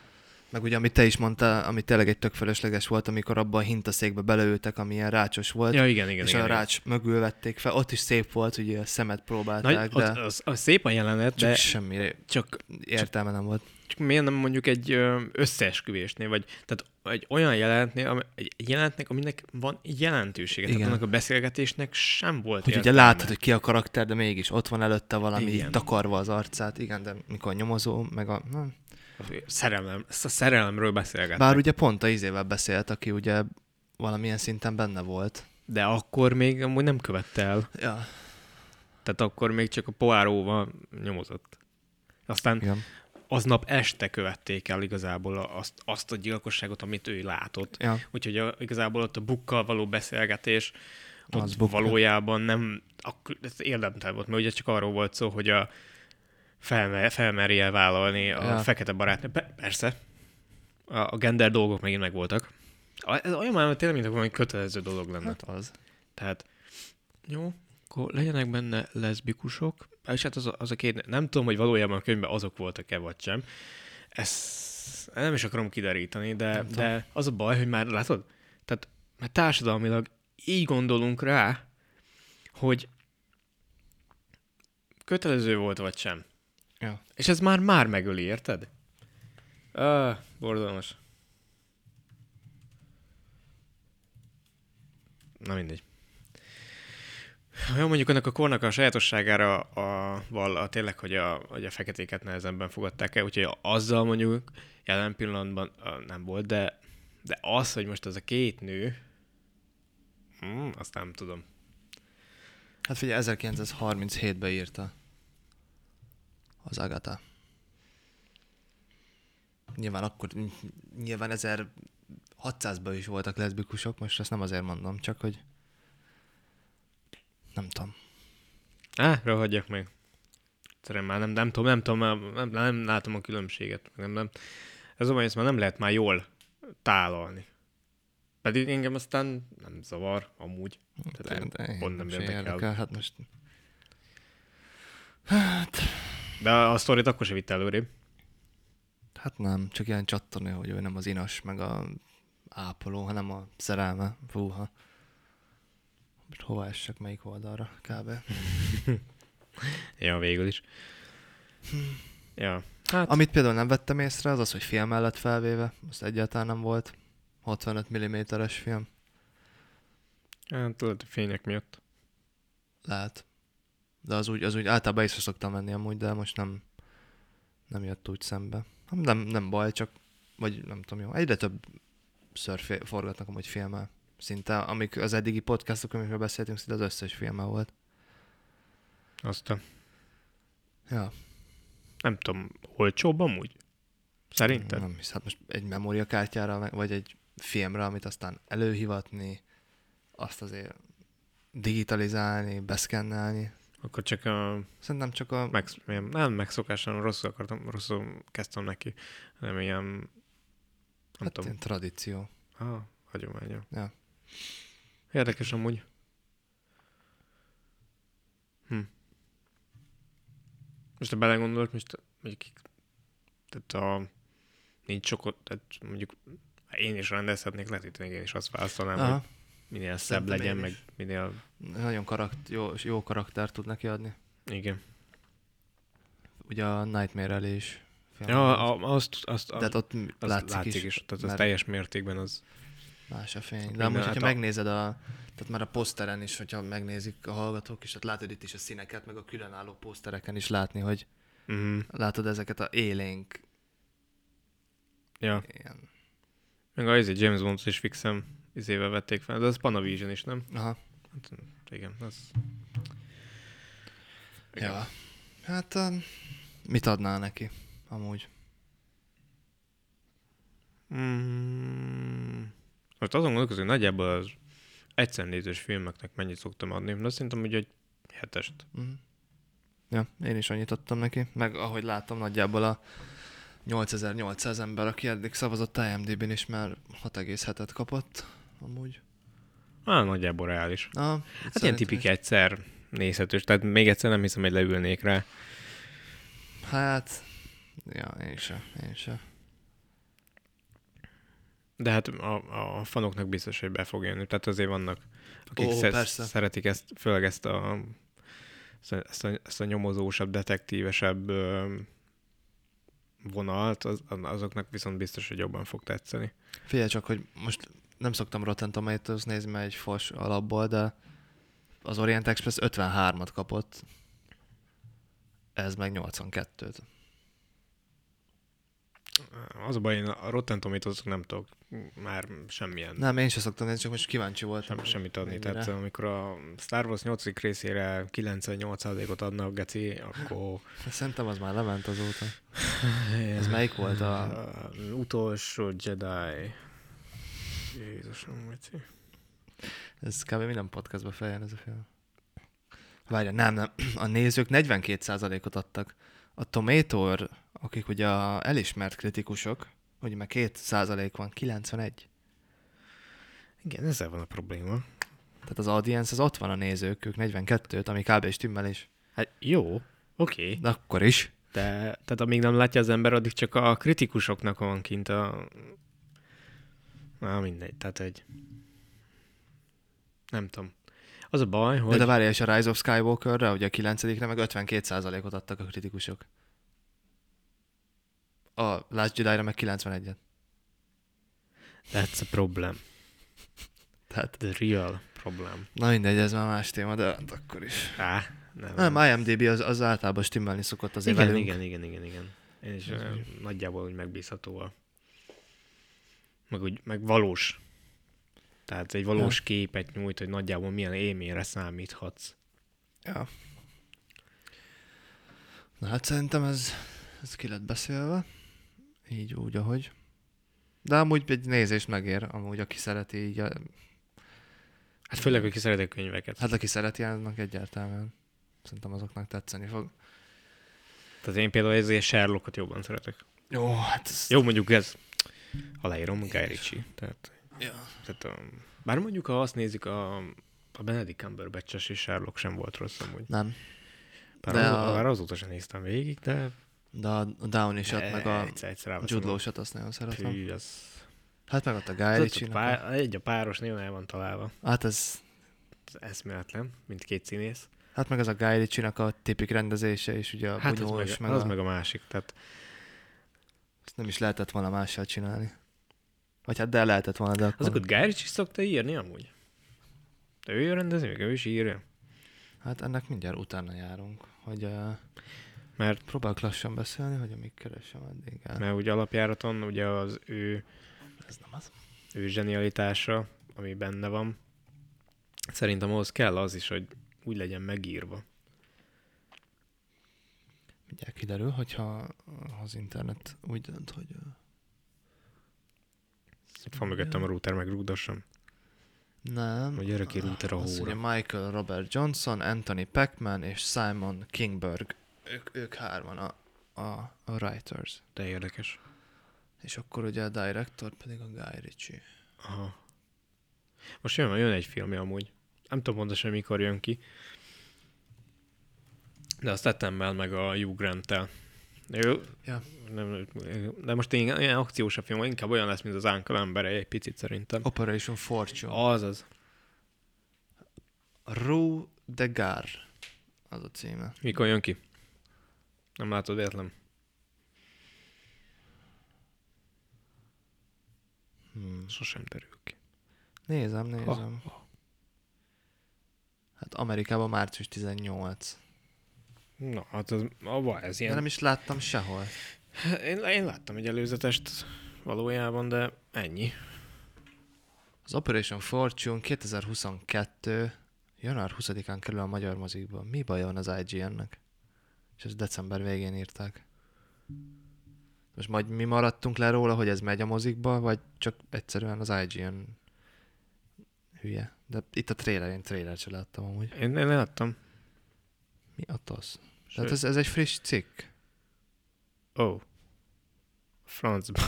Speaker 2: Meg ugye, amit te is mondtál, ami tényleg egy tök fölösleges volt, amikor abban a hintaszékbe beleültek, ami ilyen rácsos volt,
Speaker 3: Ja, igen, igen.
Speaker 2: és
Speaker 3: igen,
Speaker 2: a
Speaker 3: igen.
Speaker 2: rács mögül vették fel. Ott is szép volt, ugye a szemet próbálták,
Speaker 3: Nagy,
Speaker 2: Nagy, Hát de
Speaker 3: az, az, az, szép a jelenet,
Speaker 2: csak
Speaker 3: de
Speaker 2: semmi
Speaker 3: csak
Speaker 2: értelme nem volt.
Speaker 3: Csak miért nem mondjuk egy ö, összeesküvésnél, vagy tehát egy olyan jelenetnél, ami, egy jelenetnek, aminek van jelentősége. Igen.
Speaker 2: Igen.
Speaker 3: Tehát annak a beszélgetésnek sem volt
Speaker 2: Hogy ugye
Speaker 3: értelme.
Speaker 2: látod, hogy ki a karakter, de mégis ott van előtte valami,
Speaker 3: Igen.
Speaker 2: így takarva az arcát. Igen, de mikor a nyomozó, meg a... Na,
Speaker 3: Szerelem, a szerelemről beszélgetnek.
Speaker 2: bár ugye pont a izével beszélt, aki ugye valamilyen szinten benne volt.
Speaker 3: De akkor még amúgy nem követte el.
Speaker 2: Ja.
Speaker 3: Tehát akkor még csak a poáróval nyomozott. Aztán
Speaker 2: Igen.
Speaker 3: aznap este követték el igazából a- azt, azt a gyilkosságot, amit ő látott.
Speaker 2: Ja.
Speaker 3: Úgyhogy a, igazából ott a bukkal való beszélgetés ott
Speaker 2: Az
Speaker 3: az
Speaker 2: bukka.
Speaker 3: valójában nem, ak- ez érdemtel volt, mert ugye csak arról volt szó, hogy a felmer, felmeri elvállalni a
Speaker 2: Ja.
Speaker 3: ja. fekete barátnő. Pe- persze, a, a gender dolgok megint megvoltak. A- Ez olyan már tényleg, mint valami kötelező dolog lenne.
Speaker 2: Hát az.
Speaker 3: Tehát jó, akkor legyenek benne leszbikusok. És hát az a, az a két, nem tudom, hogy valójában a könyvben azok voltak-e vagy sem. Ezt nem is akarom kideríteni, de,
Speaker 2: Nem tudom.
Speaker 3: de az a baj, hogy már látod, tehát már társadalmilag így gondolunk rá, hogy kötelező volt vagy sem.
Speaker 2: Ja.
Speaker 3: És ez már már megöli, érted? Ah, borzalmas. Na mindegy. Jó, mondjuk annak a kornak a sajátosságára a, val a tényleg, hogy a, hogy a feketéket nehezebben fogadták el, úgyhogy azzal mondjuk jelen pillanatban a, nem volt, de, de az, hogy most az a két nő, mm, azt nem tudom.
Speaker 2: Hát figyelj, 1937-ben írta az Agata. Nyilván akkor, nyilván 1600-ban is voltak leszbikusok, most ezt nem azért mondom, csak hogy nem tudom.
Speaker 3: Á, rohadjak meg. Szerintem már nem, nem tudom, nem tudom, már nem, nem látom a különbséget. Nem, nem. Ez olyan, ezt már nem lehet már jól tálalni. Pedig engem aztán nem zavar, amúgy. Tehát én pont nem
Speaker 2: se
Speaker 3: érdekel.
Speaker 2: Hát most
Speaker 3: De a sztorit akkor sem vitt előrébb.
Speaker 2: Hát nem, csak ilyen csattanő, hogy ő nem az inas, meg a ápoló, hanem a szerelme. Fúha. Most hova essek, melyik oldalra kb.
Speaker 3: Hát- Ja, végül is. Ja. Hát,
Speaker 2: Amit például nem vettem észre, az az, hogy film mellett felvéve, azt egyáltalán nem volt. 65 mm-es film.
Speaker 3: hát tudod, a fények miatt.
Speaker 2: Lehet. De az úgy, az úgy általában észre szoktam venni amúgy, de most nem, nem jött úgy szembe. Nem, nem, nem baj, csak, vagy nem tudom, jó. Egyre több ször fi- forgatnak amúgy filmmel. Szinte, amik az eddigi podcastok, amikről beszéltünk, szinte az összes filmmel volt.
Speaker 3: Azt a,
Speaker 2: Ja,
Speaker 3: nem tudom, olcsóbb amúgy? Szerinted?
Speaker 2: nem hisz, hát most egy memóriakártyára, meg- vagy egy filmre, amit aztán előhivatni, azt azért digitalizálni, beszkennelni.
Speaker 3: Akkor csak a
Speaker 2: Szerintem csak a...
Speaker 3: meg, ilyen- nem megszokáson rosszul akartam, rosszul kezdtem neki, hanem ilyen, nem
Speaker 2: hát
Speaker 3: tudom,
Speaker 2: ilyen tradíció.
Speaker 3: ah, hagyománya.
Speaker 2: Ja.
Speaker 3: Érdekes amúgy. Hm. Most ha belegondolok, most mondjuk, tehát a, nincs sok, ott- tehát mondjuk ha én is rendezhetnék, lehet, hogy tényleg én is azt választanám, Aha. hogy
Speaker 2: Aha.
Speaker 3: minél szebb
Speaker 2: Szerintem
Speaker 3: legyen,
Speaker 2: én
Speaker 3: meg
Speaker 2: is.
Speaker 3: minél,
Speaker 2: Nagyon karakt, jó, jó karakter tud neki adni.
Speaker 3: igen.
Speaker 2: Ugye a Nightmare elé is. film
Speaker 3: Ja,
Speaker 2: volt.
Speaker 3: a, azt, azt,
Speaker 2: Tehát
Speaker 3: azt,
Speaker 2: ott
Speaker 3: az
Speaker 2: látszik, látszik is,
Speaker 3: tehát az
Speaker 2: mert-
Speaker 3: teljes mértékben az,
Speaker 2: más a fény. De
Speaker 3: Minden,
Speaker 2: amúgy,
Speaker 3: hát
Speaker 2: hogyha
Speaker 3: a-
Speaker 2: megnézed a... Tehát már a poszteren is, hogyha megnézik a hallgatók is, ott látod itt is a színeket, meg a különálló posztereken is látni, hogy
Speaker 3: mm,
Speaker 2: látod ezeket a élénk
Speaker 3: ja.
Speaker 2: ilyen...
Speaker 3: Meg a izé, James Bond is fixem izével vették fel, de az Panavision is, nem?
Speaker 2: Aha.
Speaker 3: Hát, igen, az... Igen.
Speaker 2: Ja. Hát um, mit adnál neki amúgy?
Speaker 3: Mm, most azon gondolkozom, hogy nagyjából az egyszernézős filmeknek mennyit szoktam adni, de szerintem hogy egy hetest.
Speaker 2: Mhm. Ja, én is annyit adtam neki. Meg ahogy látom, nagyjából a 8800 ember, aki eddig szavazott IMDb-n is már 6,7-et kapott amúgy.
Speaker 3: Á, nagyjából reális.
Speaker 2: Na, hát
Speaker 3: Hát ilyen tipik egyszer nézhetős, tehát még egyszer nem hiszem, hogy leülnék rá.
Speaker 2: Hát, ja, én se, én se.
Speaker 3: De hát a, a fanoknak biztos, hogy be fog jönni. Tehát azért vannak, akik
Speaker 2: Ó,
Speaker 3: Ó, sze-
Speaker 2: persze.
Speaker 3: szeretik ezt, főleg ezt a, ezt a, ezt a, ezt a nyomozósabb, detektívesebb ö, vonalt, az, azoknak viszont biztos, hogy jobban fog tetszeni.
Speaker 2: Figyelj csak, hogy most nem szoktam Rotten Tomatoes nézni, mert egy fos alapból, de az Orient Express 53-at kapott, ez meg 82-t.
Speaker 3: Az a baj, én a Rotten tomatoes nem tudok már semmilyen,
Speaker 2: Nem, én sem szoktam nézni, csak most kíváncsi voltam.
Speaker 3: sem, semmit adni.
Speaker 2: Mennyire?
Speaker 3: Tehát amikor a Star Wars 8. részére 98%-ot adnak, Geci, akkor...
Speaker 2: Szerintem az már lement azóta. Ez melyik volt a...
Speaker 3: A utolsó Jedi. Jézusom, Geci.
Speaker 2: Ez kb. minden podcastban feljön ez a film. Várja, nem, nem. A nézők 42%-ot adtak. A Tomator, akik ugye a elismert kritikusok, hogy már 2% van, 91.
Speaker 3: Igen, ezzel van a probléma.
Speaker 2: Tehát az audience az ott van a nézők, ők 42-t, ami kb. stimmel is.
Speaker 3: Hát jó, oké,
Speaker 2: De akkor is.
Speaker 3: de tehát amíg nem látja az ember, addig csak a kritikusoknak van kint a... Na mindegy, tehát egy... Nem tudom. Az a baj,
Speaker 2: Hogy?
Speaker 3: hogy...
Speaker 2: De, de várjál, és a Rise of Skywalkerre, ugye a 9-re meg 52%-ot adtak a kritikusok. A Last Jedi-ra meg 91-et.
Speaker 3: That's a problem.
Speaker 2: Tehát
Speaker 3: The real problém.
Speaker 2: Na mindegy, ez már más téma, de hát akkor is.
Speaker 3: Á, nem.
Speaker 2: Nem, IMDB az, az általában stimmelni szokott azért
Speaker 3: igen,
Speaker 2: velünk.
Speaker 3: igen, igen, igen, igen. Én is ö, nagyjából úgy megbízható a... Meg, úgy, meg valós. Tehát egy valós képet nyújt, hogy nagyjából milyen élményre számíthatsz.
Speaker 2: Ja. Na hát szerintem ez, ez ki lett beszélve. Így úgy, ahogy. De amúgy egy nézést megér, amúgy aki szereti, így a,
Speaker 3: Hát főleg, aki szereti a könyveket. Hát,
Speaker 2: hát aki szereti, annak egyáltalán szerintem azoknak tetszeni fog.
Speaker 3: Tehát én például ezért Sherlockot jobban szeretek.
Speaker 2: Jó, hát ez...
Speaker 3: Jó, mondjuk ez. Aláírom, Guy Ritchie. Tehát,
Speaker 2: Ja.
Speaker 3: tehát a, bár mondjuk, ha azt nézik, a, a Benedict Cumberbatch és Sherlock sem volt rossz amúgy.
Speaker 2: Nem.
Speaker 3: Bár,
Speaker 2: De
Speaker 3: az,
Speaker 2: a-
Speaker 3: bár azóta sem néztem végig, de
Speaker 2: De a Downey shot, meg a
Speaker 3: egyszer, egyszer rábeszélek.
Speaker 2: Jude Law shot, azt nagyon szeretem.
Speaker 3: Hű, az...
Speaker 2: Hát meg ott a
Speaker 3: Az
Speaker 2: Guy
Speaker 3: ott
Speaker 2: Ritchie-nak
Speaker 3: a pá- egy a páros nagyon el van találva.
Speaker 2: a- Hát ez...
Speaker 3: Ez eszméletlen, mint két színész.
Speaker 2: Hát meg az a Guy Ritchie-nak a tipik rendezése, és ugye a
Speaker 3: Hát az, meg,
Speaker 2: bunyós,
Speaker 3: meg, az
Speaker 2: a...
Speaker 3: meg a másik. Tehát
Speaker 2: Ezt nem is lehetett volna mással csinálni. Vagy hát de lehetett volna, de akkor...
Speaker 3: azokat Guy Ritchie szokta írni amúgy. De ő rendezi, meg ő is írja.
Speaker 2: Hát ennek mindjárt utána járunk, hogy uh,
Speaker 3: Mert,
Speaker 2: próbálok lassan beszélni, hogy amíg keresem addig el.
Speaker 3: mert ugye alapjáraton ugye az ő,
Speaker 2: Ez nem az.
Speaker 3: ő zsenialitása, ami benne van, szerintem ahhoz kell az is, hogy úgy legyen megírva.
Speaker 2: Mindjárt kiderül, hogyha ha az internet úgy dönt, hogy... Uh,
Speaker 3: Itt van mögöttem a router, meg rúdosom.
Speaker 2: nem.
Speaker 3: Hogy öröki router a
Speaker 2: Az ugye
Speaker 3: hóra.
Speaker 2: Michael Robert Johnson, Anthony Packman és Simon Kingberg. Ők, ők hárman a, a, a writers.
Speaker 3: De érdekes.
Speaker 2: És akkor ugye a director pedig a Guy Ritchie.
Speaker 3: Aha. Most jön, jön egy filmje amúgy. Nem tudom pontosan mikor jön ki. De azt tettem el meg a Hugh Grant-tel. Ő,
Speaker 2: Ja.
Speaker 3: nem, de most ilyen, ilyen akciós a film, inkább olyan lesz, mint az Uncle embere egy picit szerintem.
Speaker 2: Operation Fortune.
Speaker 3: Az az.
Speaker 2: Rue de Gar. Az a címe.
Speaker 3: Mikor jön ki? Nem látod véletlen.
Speaker 2: Hmm.
Speaker 3: Sosem derül ki.
Speaker 2: Nézem, nézem. Hát Amerikában március 18.
Speaker 3: Na, hát az, abba, ez
Speaker 2: Ilyen.
Speaker 3: ilyen.
Speaker 2: De nem is láttam sehol.
Speaker 3: Én, én láttam egy előzetest valójában, de ennyi.
Speaker 2: Az Operation Fortune 2022. január 20-án kerül a magyar mozikba. Mi baj van az IGN-nek? És ezt december végén írták. Most majd mi maradtunk le róla, hogy ez megy a mozikba, vagy csak egyszerűen az IGN hülye. De itt a trailer, én trailer se láttam amúgy.
Speaker 3: Én, én láttam.
Speaker 2: Mi a tosz?
Speaker 3: Sőt.
Speaker 2: Tehát ez, ez egy friss cikk.
Speaker 3: Ó. Oh. Francba.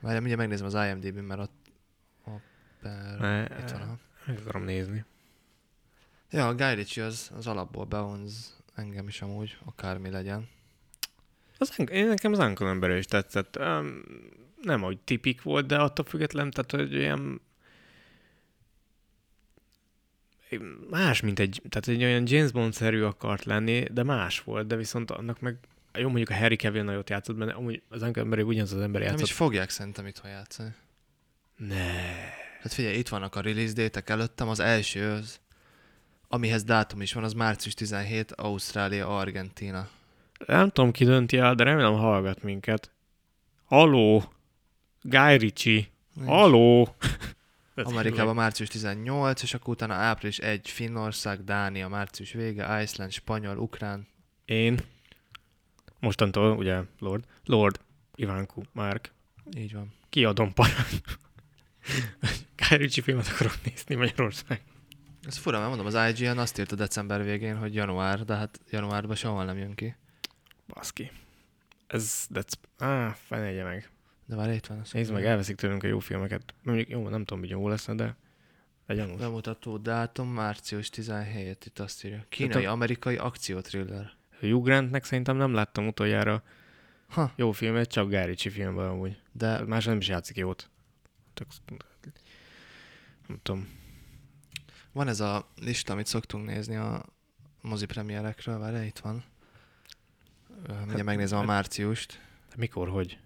Speaker 2: Várjál, mindjárt megnézem az IMDb-n, mert ott... Opera...
Speaker 3: Ne,
Speaker 2: Itt van a...
Speaker 3: Meg akarom nézni.
Speaker 2: Ja, a Guy Ritchie az, az alapból bevonz engem is amúgy, akármi legyen.
Speaker 3: Az, Uncle- én nekem az Uncle ember is tetszett. Um, nem, hogy tipik volt, de attól független, tehát, hogy olyan más, mint egy, tehát egy olyan James Bond-szerű akart lenni, de más volt, de viszont annak meg jó, mondjuk a Harry Cavill nagyot játszott benne, amúgy az Uncle ember ugyanaz az ember
Speaker 2: Nem is
Speaker 3: játszott.
Speaker 2: fogják szerintem itthon játszani.
Speaker 3: Ne.
Speaker 2: Hát figyelj, itt vannak a release détek előttem, az első az, amihez dátum is van, az március 17, Ausztrália, Argentina.
Speaker 3: Nem tudom, ki dönti el, de remélem hallgat minket. Aló! Guy Ritchie! Aló!
Speaker 2: Amerikában március 18, és akkor utána április 1, Finnország, Dánia, március vége, Iceland, Spanyol, Ukrán.
Speaker 3: Én. Mostantól, ugye, Lord. Lord. Ivánku, Márk.
Speaker 2: Így van.
Speaker 3: Kiadom parancs. Guy Ritchie filmet akarok nézni Magyarország.
Speaker 2: Ez fura, mert mondom, az IGN azt írta december végén, hogy január, de hát januárban sehol nem jön ki.
Speaker 3: Baszki. Ez, de... Á, fenelje meg.
Speaker 2: De várj, itt van. a
Speaker 3: Nézd meg,
Speaker 2: szobában.
Speaker 3: elveszik tőlünk a jó filmeket. Mondjuk jó, nem tudom, hogy jó lesz, de... De gyanús.
Speaker 2: Bemutató dátum március 17, itt azt írja. Kínai-amerikai akcióthriller.
Speaker 3: Hugh Grantnek szerintem nem láttam utoljára
Speaker 2: Ha,
Speaker 3: jó filmet, csak Guy Ritchie filmben amúgy.
Speaker 2: de
Speaker 3: Más nem is játszik jót. Tök... Nem tudom.
Speaker 2: van ez a lista, amit szoktunk nézni a mozi premierekről, várj, itt van. Ö, Mindjárt megnézem a
Speaker 3: hát-
Speaker 2: márciust.
Speaker 3: De mikor, hogy?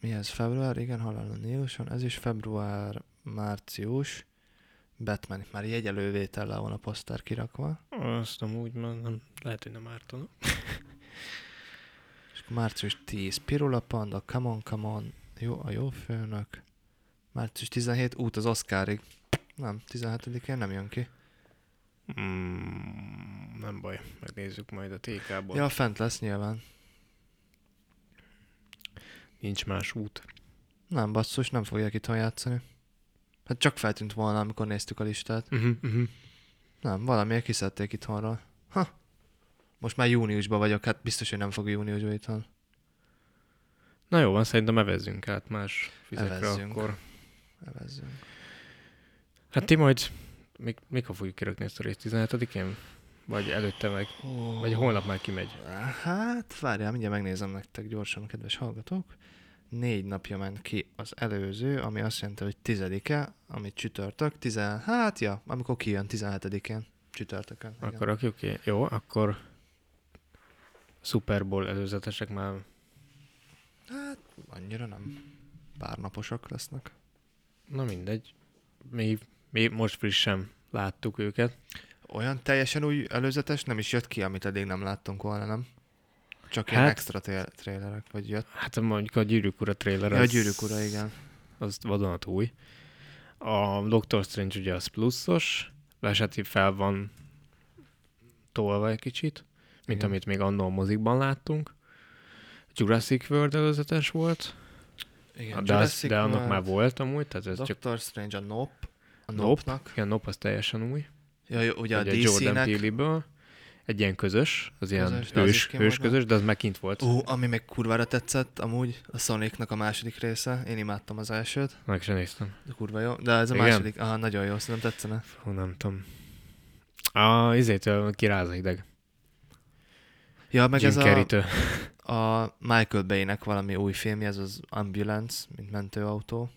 Speaker 2: Mi ez? Február? Igen, halál a Níluson. Ez is február, március. Batman, már jegyelővétellel van a poszter kirakva,
Speaker 3: Azt amúgy már nem, lehet, hogy nem ártana.
Speaker 2: és akkor március 10 Pirula Panda, Come on, come on, jó, a jó főnök. Március 17 út az Oscarig. Nem, 17-én nem jön ki.
Speaker 3: Mm, nem baj, megnézzük majd a TK-ból.
Speaker 2: Ja, fent lesz nyilván.
Speaker 3: Nincs más út.
Speaker 2: Nem, basszus, nem fogják itthon játszani. Hát csak feltűnt volna, amikor néztük a listát.
Speaker 3: Uh-huh, uh-huh.
Speaker 2: Nem, valamiért kiszedték itthonról. Ha. Most már júniusban vagyok, hát biztos, hogy nem fog júniusban itthon.
Speaker 3: Na jó, van, szerintem evezzünk át más vizekre
Speaker 2: Evezzünk.
Speaker 3: akkor.
Speaker 2: Evezzünk.
Speaker 3: Hát ti majd, mik, mikor fogjuk kirakni ezt a részt? 17-én? Vagy előtte meg? Vagy holnap már kimegy?
Speaker 2: Hát, várjál, mindjárt megnézem nektek gyorsan, kedves hallgatók. Négy napja ment ki az előző, ami azt jelenti, hogy tizedike, ami csütörtök, tizen... hát ja, amikor kijön 17-én, csütörtökön. igen.
Speaker 3: Akkor rakjuk ki. Jó, akkor Super Bowl előzetesek már
Speaker 2: Annyira nem. Pár naposak lesznek.
Speaker 3: Na mindegy. Mi, mi most frissen láttuk őket.
Speaker 2: Olyan teljesen új előzetes nem is jött ki, amit eddig nem láttunk volna, nem? Csak ilyen
Speaker 3: Hát-
Speaker 2: extra tra- trailerek, vagy jött.
Speaker 3: Hát mondjuk a Gyűrűk Ura trailer,
Speaker 2: Ja, a Gyűrűk Ura, igen.
Speaker 3: az vadonatúj. A Doctor Strange ugye az pluszos, Leseti fel van tolva egy kicsit, mint
Speaker 2: Igen.
Speaker 3: amit még annó a mozikban láttunk. Jurassic World előzetes volt,
Speaker 2: igen
Speaker 3: Igen, de, az, de annak már volt amúgy, tehát ez csak
Speaker 2: Doctor Strange a Nope. A
Speaker 3: Nope.
Speaker 2: Nope-nak.
Speaker 3: igen, Nope az teljesen új.
Speaker 2: Ja, jó, ugye a
Speaker 3: Ugye a Jordan
Speaker 2: DC-nek.
Speaker 3: Peele-ből, egy ilyen közös, az ilyen
Speaker 2: Közös,
Speaker 3: közös,
Speaker 2: de az is
Speaker 3: hős,
Speaker 2: kimaradt.
Speaker 3: hős közös, de az már kint volt.
Speaker 2: Ó, ami még kurvára tetszett, amúgy a Sonicnak a második része. Én imádtam az elsőt,
Speaker 3: Meg sem néztem.
Speaker 2: de kurva jó. De ez a
Speaker 3: Igen?
Speaker 2: második, aha, nagyon jó, szerintem tetszene.
Speaker 3: Hú, nem tudom. A izétől kiráz a hideg.
Speaker 2: Ja, meg
Speaker 3: Meg Jim
Speaker 2: ez a,
Speaker 3: Carrey-től.
Speaker 2: a Michael Bay-nek valami új filmje, ez az Ambulance, mint mentőautó.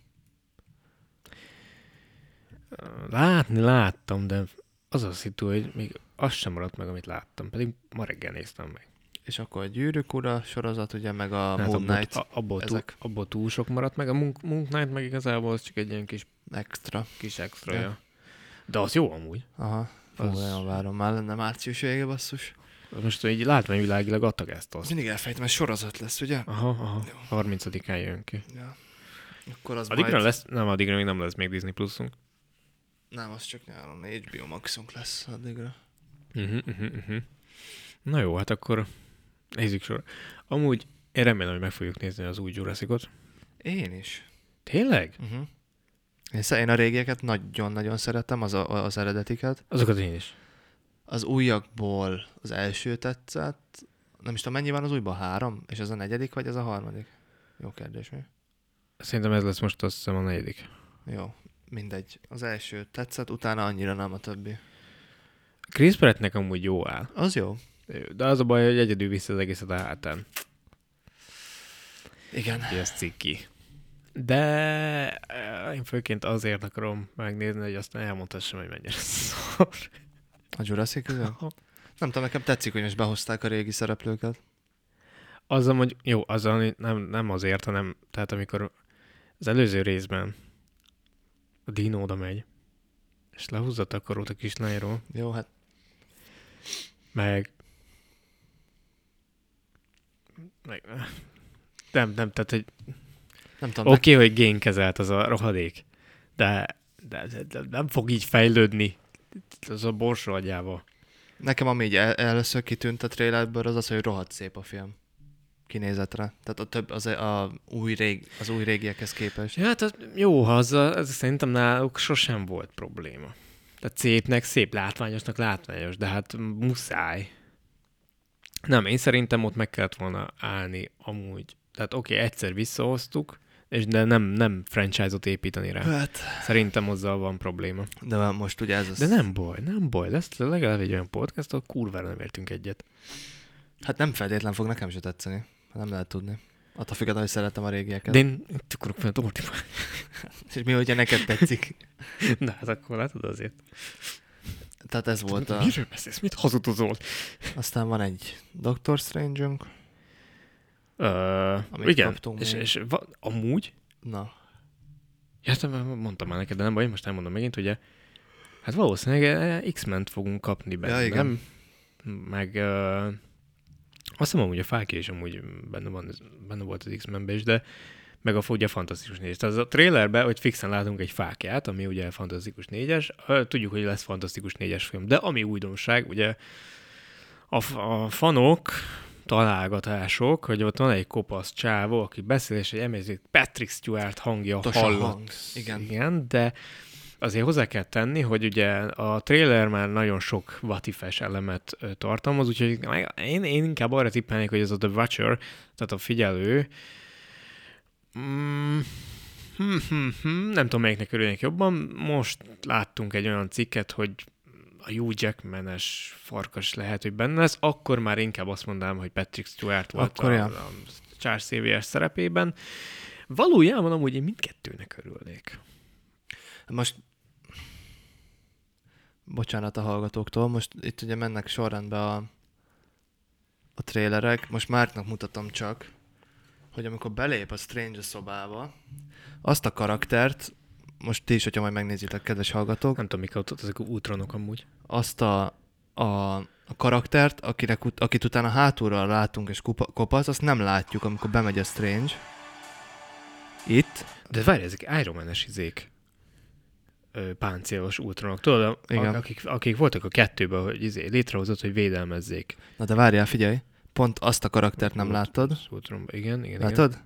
Speaker 3: Látni láttam, de az a szitu, hogy még az sem maradt meg, amit láttam. Pedig ma reggel néztem meg.
Speaker 2: És akkor a Gyűrűk Ura sorozat, ugye, meg a
Speaker 3: Hát
Speaker 2: Moon
Speaker 3: abból-
Speaker 2: Knight
Speaker 3: a- abból, túl,
Speaker 2: ezek.
Speaker 3: abból túl sok maradt meg. A Moon, Moon Knight meg igazából az csak egy ilyen kis,
Speaker 2: extra.
Speaker 3: kis
Speaker 2: Ja.
Speaker 3: extra. Ja. De az jó amúgy.
Speaker 2: Aha, Fú,
Speaker 3: Az-
Speaker 2: nagyon várom, már lenne március vége, basszus.
Speaker 3: Most így látványvilágilag adtak ezt azt.
Speaker 2: Mindig elfejtem, mert sorozat lesz, ugye?
Speaker 3: Aha, aha. 30-án jön ki.
Speaker 2: Ja. Akkor az
Speaker 3: Addigra
Speaker 2: majd...
Speaker 3: lesz, nem, addigra még nem lesz még Disney pluszunk.
Speaker 2: Nem, az csak nyáron HBO Maxunk lesz addigra. Mhm,
Speaker 3: Uh-huh, uh-huh, uh-huh. Na jó, hát akkor nézzük sor. Amúgy én remélem, hogy meg fogjuk nézni az új Jurassicot.
Speaker 2: Én is.
Speaker 3: Tényleg?
Speaker 2: Uh-huh. Én, sze- én a régieket nagyon-nagyon szeretem, az, a, az eredetiket.
Speaker 3: Azokat én is.
Speaker 2: Az újakból az első tetszett. Nem is tudom, mennyi van az újban? Három? És ez a negyedik, vagy ez a harmadik? Jó kérdés, mi?
Speaker 3: Szerintem ez lesz most azt hiszem a negyedik.
Speaker 2: Jó, mindegy. Az első tetszett, utána annyira nem a többi.
Speaker 3: Chris Prattnek amúgy jó áll.
Speaker 2: Az jó.
Speaker 3: De az a baj, hogy egyedül viszi az egészet a hátán.
Speaker 2: Igen.
Speaker 3: Úgyhogy Ez ciki. De eh, én főként azért akarom megnézni, hogy azt elmondhassam, hogy mennyire szar.
Speaker 2: A Jurassic közül? Nem tudom, nekem tetszik, hogy most behozták a régi szereplőket.
Speaker 3: Azzal, hogy jó, azzal nem, nem azért, hanem tehát amikor az előző részben a Dino oda megy, és lehúzza a takarót a kis Nairo,
Speaker 2: Jó, hát
Speaker 3: meg, meg nem, nem, tehát egy
Speaker 2: nem tudom.
Speaker 3: oké, okay, hogy génkezelt az a rohadék, de, de, de, de nem fog így fejlődni az a borsó agyával.
Speaker 2: Nekem ami így el- először kitűnt a trailerből, az az, hogy rohadt szép a film kinézetre. Tehát a több, az, a új rég, az új régiekhez képest.
Speaker 3: Ja, hát az, jó, ha az, az szerintem náluk sosem volt probléma. Tehát szépnek szép, látványosnak látványos, de hát muszáj. Nem, én szerintem ott meg kellett volna állni amúgy. Tehát oké, okay, egyszer visszahoztuk, és de nem, nem franchise-ot építeni rá.
Speaker 2: Hát,
Speaker 3: Szerintem azzal van probléma.
Speaker 2: de már most ugye ez az...
Speaker 3: De nem baj, nem baj, lesz legalább egy olyan podcast, ahol kurvára nem értünk egyet.
Speaker 2: Hát nem feltétlen fog nekem se tetszeni. Nem lehet tudni. Attól függetlenül, hogy szeretem a régieket.
Speaker 3: De én tukrok fel a tortiba.
Speaker 2: És mi, hogyha neked tetszik?
Speaker 3: Na, hát akkor látod azért.
Speaker 2: Tehát ez volt a...
Speaker 3: Miről beszélsz? Mit hazudozol?
Speaker 2: Aztán van egy Doctor strange
Speaker 3: Ö,
Speaker 2: Amit
Speaker 3: igen,
Speaker 2: kaptunk
Speaker 3: és,
Speaker 2: még.
Speaker 3: és va, amúgy, hát,
Speaker 2: Na,
Speaker 3: ja, te már mondtam már neked, de nem baj, most elmondom megint, ugye Hát valószínűleg eh, X-ment fogunk kapni benne,
Speaker 2: Ja,
Speaker 3: ja,
Speaker 2: igen.
Speaker 3: igen. nem? Meg uh, azt hiszem, hogy a Fáki is amúgy benne, van, benne volt az X-menben is, de meg a, ugye a Fantasztikus négyes. Tehát az a trailerben, hogy fixen látunk egy fákját, ami ugye Fantasztikus négyes, Ö, tudjuk, hogy lesz Fantasztikus négyes film, de ami újdonság, ugye a, f- a fanok találgatások, hogy ott van egy kopasz csávó, aki beszél, és egy emézik Patrick Stewart hangja
Speaker 2: Pontos a hang.
Speaker 3: hallott.
Speaker 2: Igen.
Speaker 3: Igen, de azért hozzá kell tenni, hogy ugye a trailer már nagyon sok vatifes elemet ö, tartalmaz, úgyhogy meg- én, én inkább arra tippelnék, hogy ez a The Watcher, tehát a figyelő, mm, hm, hm, hm, nem tudom, melyiknek örülnék jobban. Most láttunk egy olyan cikket, hogy a Hugh Jackman-es farkas lehet, hogy benne lesz, akkor már inkább azt mondanám, hogy Patrick Stewart volt
Speaker 2: Akkor
Speaker 3: a,
Speaker 2: ja.
Speaker 3: a Charles Xavier szerepében. Valójában amúgy én mindkettőnek örülnék.
Speaker 2: Most bocsánat a hallgatóktól, most itt ugye mennek sorrendbe a, a trélerek, most Márknak mutatom csak, hogy amikor belép a Strange szobába, azt a karaktert, most ti is, hogyha majd megnézitek, kedves hallgatók,
Speaker 3: Nem tudom, mik ott ott ezek a útronok amúgy.
Speaker 2: azt a, a, a karaktert, akinek, ut- akit utána hátulról látunk és kupa, kopasz, azt nem látjuk, amikor bemegy a Strange. Itt.
Speaker 3: De várj, ezek Iron Man-es izék. Ö, páncélos útronok. Tudod, a,
Speaker 2: Igen.
Speaker 3: a, akik, akik, voltak a kettőben, hogy izé, létrehozott, hogy védelmezzék.
Speaker 2: Na de várjál, figyelj, pont azt a karaktert nem láttad.
Speaker 3: Az útronban. Igen, igen, igen.
Speaker 2: Látod?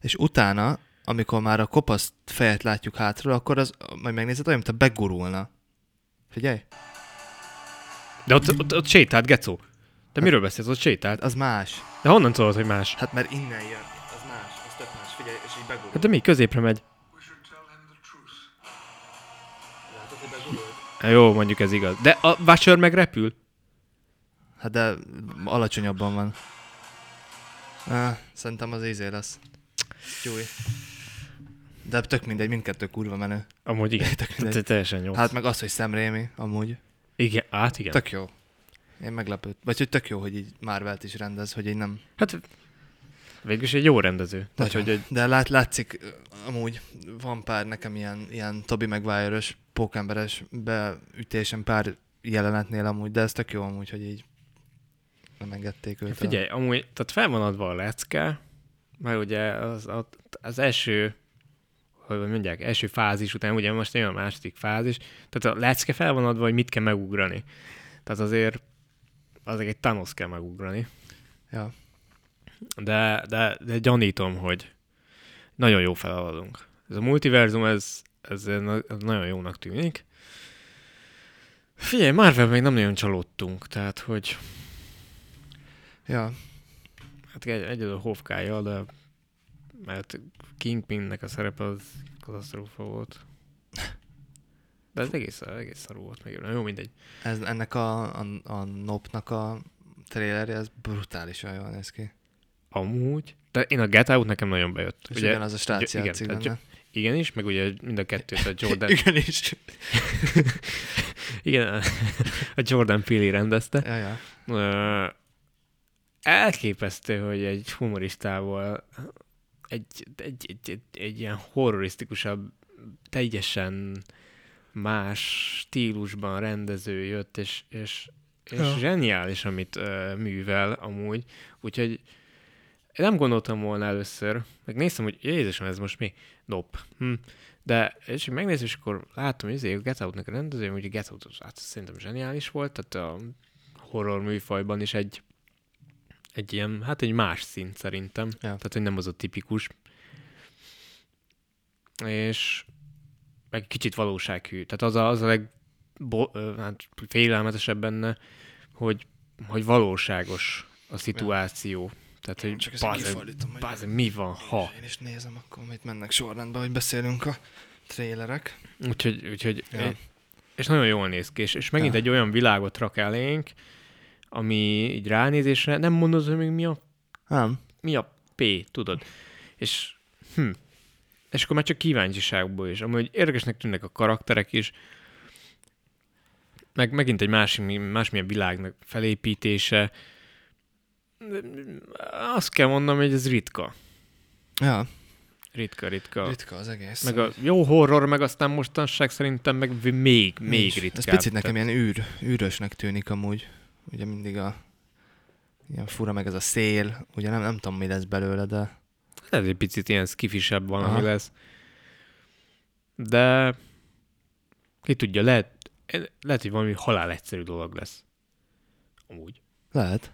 Speaker 2: És utána, amikor már a kopasz fejet látjuk hátról, akkor az, majd megnézed, olyan, mintha begurulna. Figyelj,
Speaker 3: De ott, ott, ott sétált, Gecó. De miről beszélsz? Ott sétált.
Speaker 2: hát az más.
Speaker 3: De honnan tudod, hogy más?
Speaker 2: Hát mert innen jön. Az más, az tök más. Figyelj, és így begurul.
Speaker 3: Hát de mi? Középre megy. Hát jó, mondjuk ez igaz. De a Watcher meg repül.
Speaker 2: Hát de alacsonyabban van. Ah, szerintem az izé lesz. Gyúj. De tök mindegy, mindkettő kurva menő.
Speaker 3: Amúgy igen.
Speaker 2: mindegy.
Speaker 3: Te- teljesen jó.
Speaker 2: Hát meg az, hogy szemrémi, amúgy.
Speaker 3: igen, át igen.
Speaker 2: Tök jó. Én meglepőd. Vagy hogy tök jó, hogy így Marvelt is rendez, hogy így nem.
Speaker 3: Hát végülis egy jó rendező. Tehát,
Speaker 2: Nagyon.
Speaker 3: hogy egy,
Speaker 2: De lát, látszik, ö, amúgy van pár nekem ilyen, ilyen Tobi Maguire-ös, pókemberes beütésem pár jelenetnél amúgy, de ez tök jó amúgy, hogy így nem engedték őt. el.
Speaker 3: Hát Figyelj, amúgy, tehát fel van adva a lecke, mert ugye az, az, az első, hogy mondják, első fázis után, ugye most jön a második fázis, tehát a lecke fel van adva, hogy mit kell megugrani. Tehát azért azért egy Thanos kell megugrani.
Speaker 2: Ja.
Speaker 3: De, de, de gyanítom, hogy nagyon jó feladunk. Ez a multiverzum, ez, ez, na- ez nagyon jónak tűnik. Figyelj, Marvel még nem nagyon csalódtunk, tehát hogy
Speaker 2: ja.
Speaker 3: Hát egy, egyedül a Hofkája, de mert Kingpinnek a szerepe az katasztrófa volt. De ez egész, egész szarú volt meg. Na, jó, mindegy.
Speaker 2: Ez, ennek a, a, a nopnak a trailerje, ez brutálisan jól néz ki.
Speaker 3: Amúgy, de én a Get Out nekem nagyon bejött.
Speaker 2: És ugye, ugyanaz a srác
Speaker 3: ugye- igen,
Speaker 2: játszik
Speaker 3: tehát
Speaker 2: benne.
Speaker 3: Igenis, meg ugye mind a kettőt a Jordan,
Speaker 2: Igenis.
Speaker 3: igen, a- a Jordan Peele rendezte.
Speaker 2: Ja, ja.
Speaker 3: Ö, elképesztő, hogy egy humoristával egy, egy, egy, egy, egy ilyen horrorisztikusabb, teljesen más stílusban rendező jött, és, és, és
Speaker 2: Ja.
Speaker 3: ja. zseniális, amit ö, művel amúgy. Úgyhogy nem gondoltam volna először, meg néztem, hogy Jézusom, ez most mi? Nop. Hm. De, és így megnézem, és akkor látom, hogy azért a Get Out-nak a rendező, hogy a Get Out az, hát szerintem zseniális volt, tehát a horror műfajban is egy, egy ilyen, hát egy más szint szerintem.
Speaker 2: Ja.
Speaker 3: Tehát, hogy nem az a tipikus. És meg kicsit valósághű. Tehát az a, az a leg bo, ö, hát félelmetesebb benne, hogy, hogy valóságos a szituáció. Tehát, hogy
Speaker 2: Csak ezt
Speaker 3: bazeg,
Speaker 2: kifordítom, hogy
Speaker 3: bazeg, mi van, ha.
Speaker 2: én is nézem, akkor majd mennek sorrendben, hogy beszélünk a trailerek.
Speaker 3: Úgyhogy, úgyhogy
Speaker 2: Ja.
Speaker 3: ja. és nagyon jól néz ki, és, és megint
Speaker 2: Ja.
Speaker 3: ja. egy olyan világot rak elénk, ami így ránézésre nem mondod, hogy még mi a,
Speaker 2: Nem.
Speaker 3: mi a P, tudod. És hm. És akkor már csak kíváncsiságból is. Amúgy érdekesnek tűnnek a karakterek is, meg megint egy másik, másmilyen világnak felépítése. Azt kell mondanom, hogy ez ritka.
Speaker 2: Ja.
Speaker 3: Ritka, ritka. ritka.
Speaker 2: Ritka az egész.
Speaker 3: Meg a jó horror, meg aztán mostanság szerintem meg v- még, még
Speaker 2: Nincs.
Speaker 3: ritkább.
Speaker 2: Ez picit nekem ilyen űr, űrösnek tűnik amúgy. Ugye mindig a ilyen fura, meg ez a szél, ugye nem, nem tudom, mi lesz belőle, de
Speaker 3: Ez egy picit ilyen skifisebb valami
Speaker 2: Aha.
Speaker 3: Aha. lesz. De ki tudja, lehet, eh, lehet, hogy valami halál egyszerű dolog lesz. Amúgy.
Speaker 2: lehet.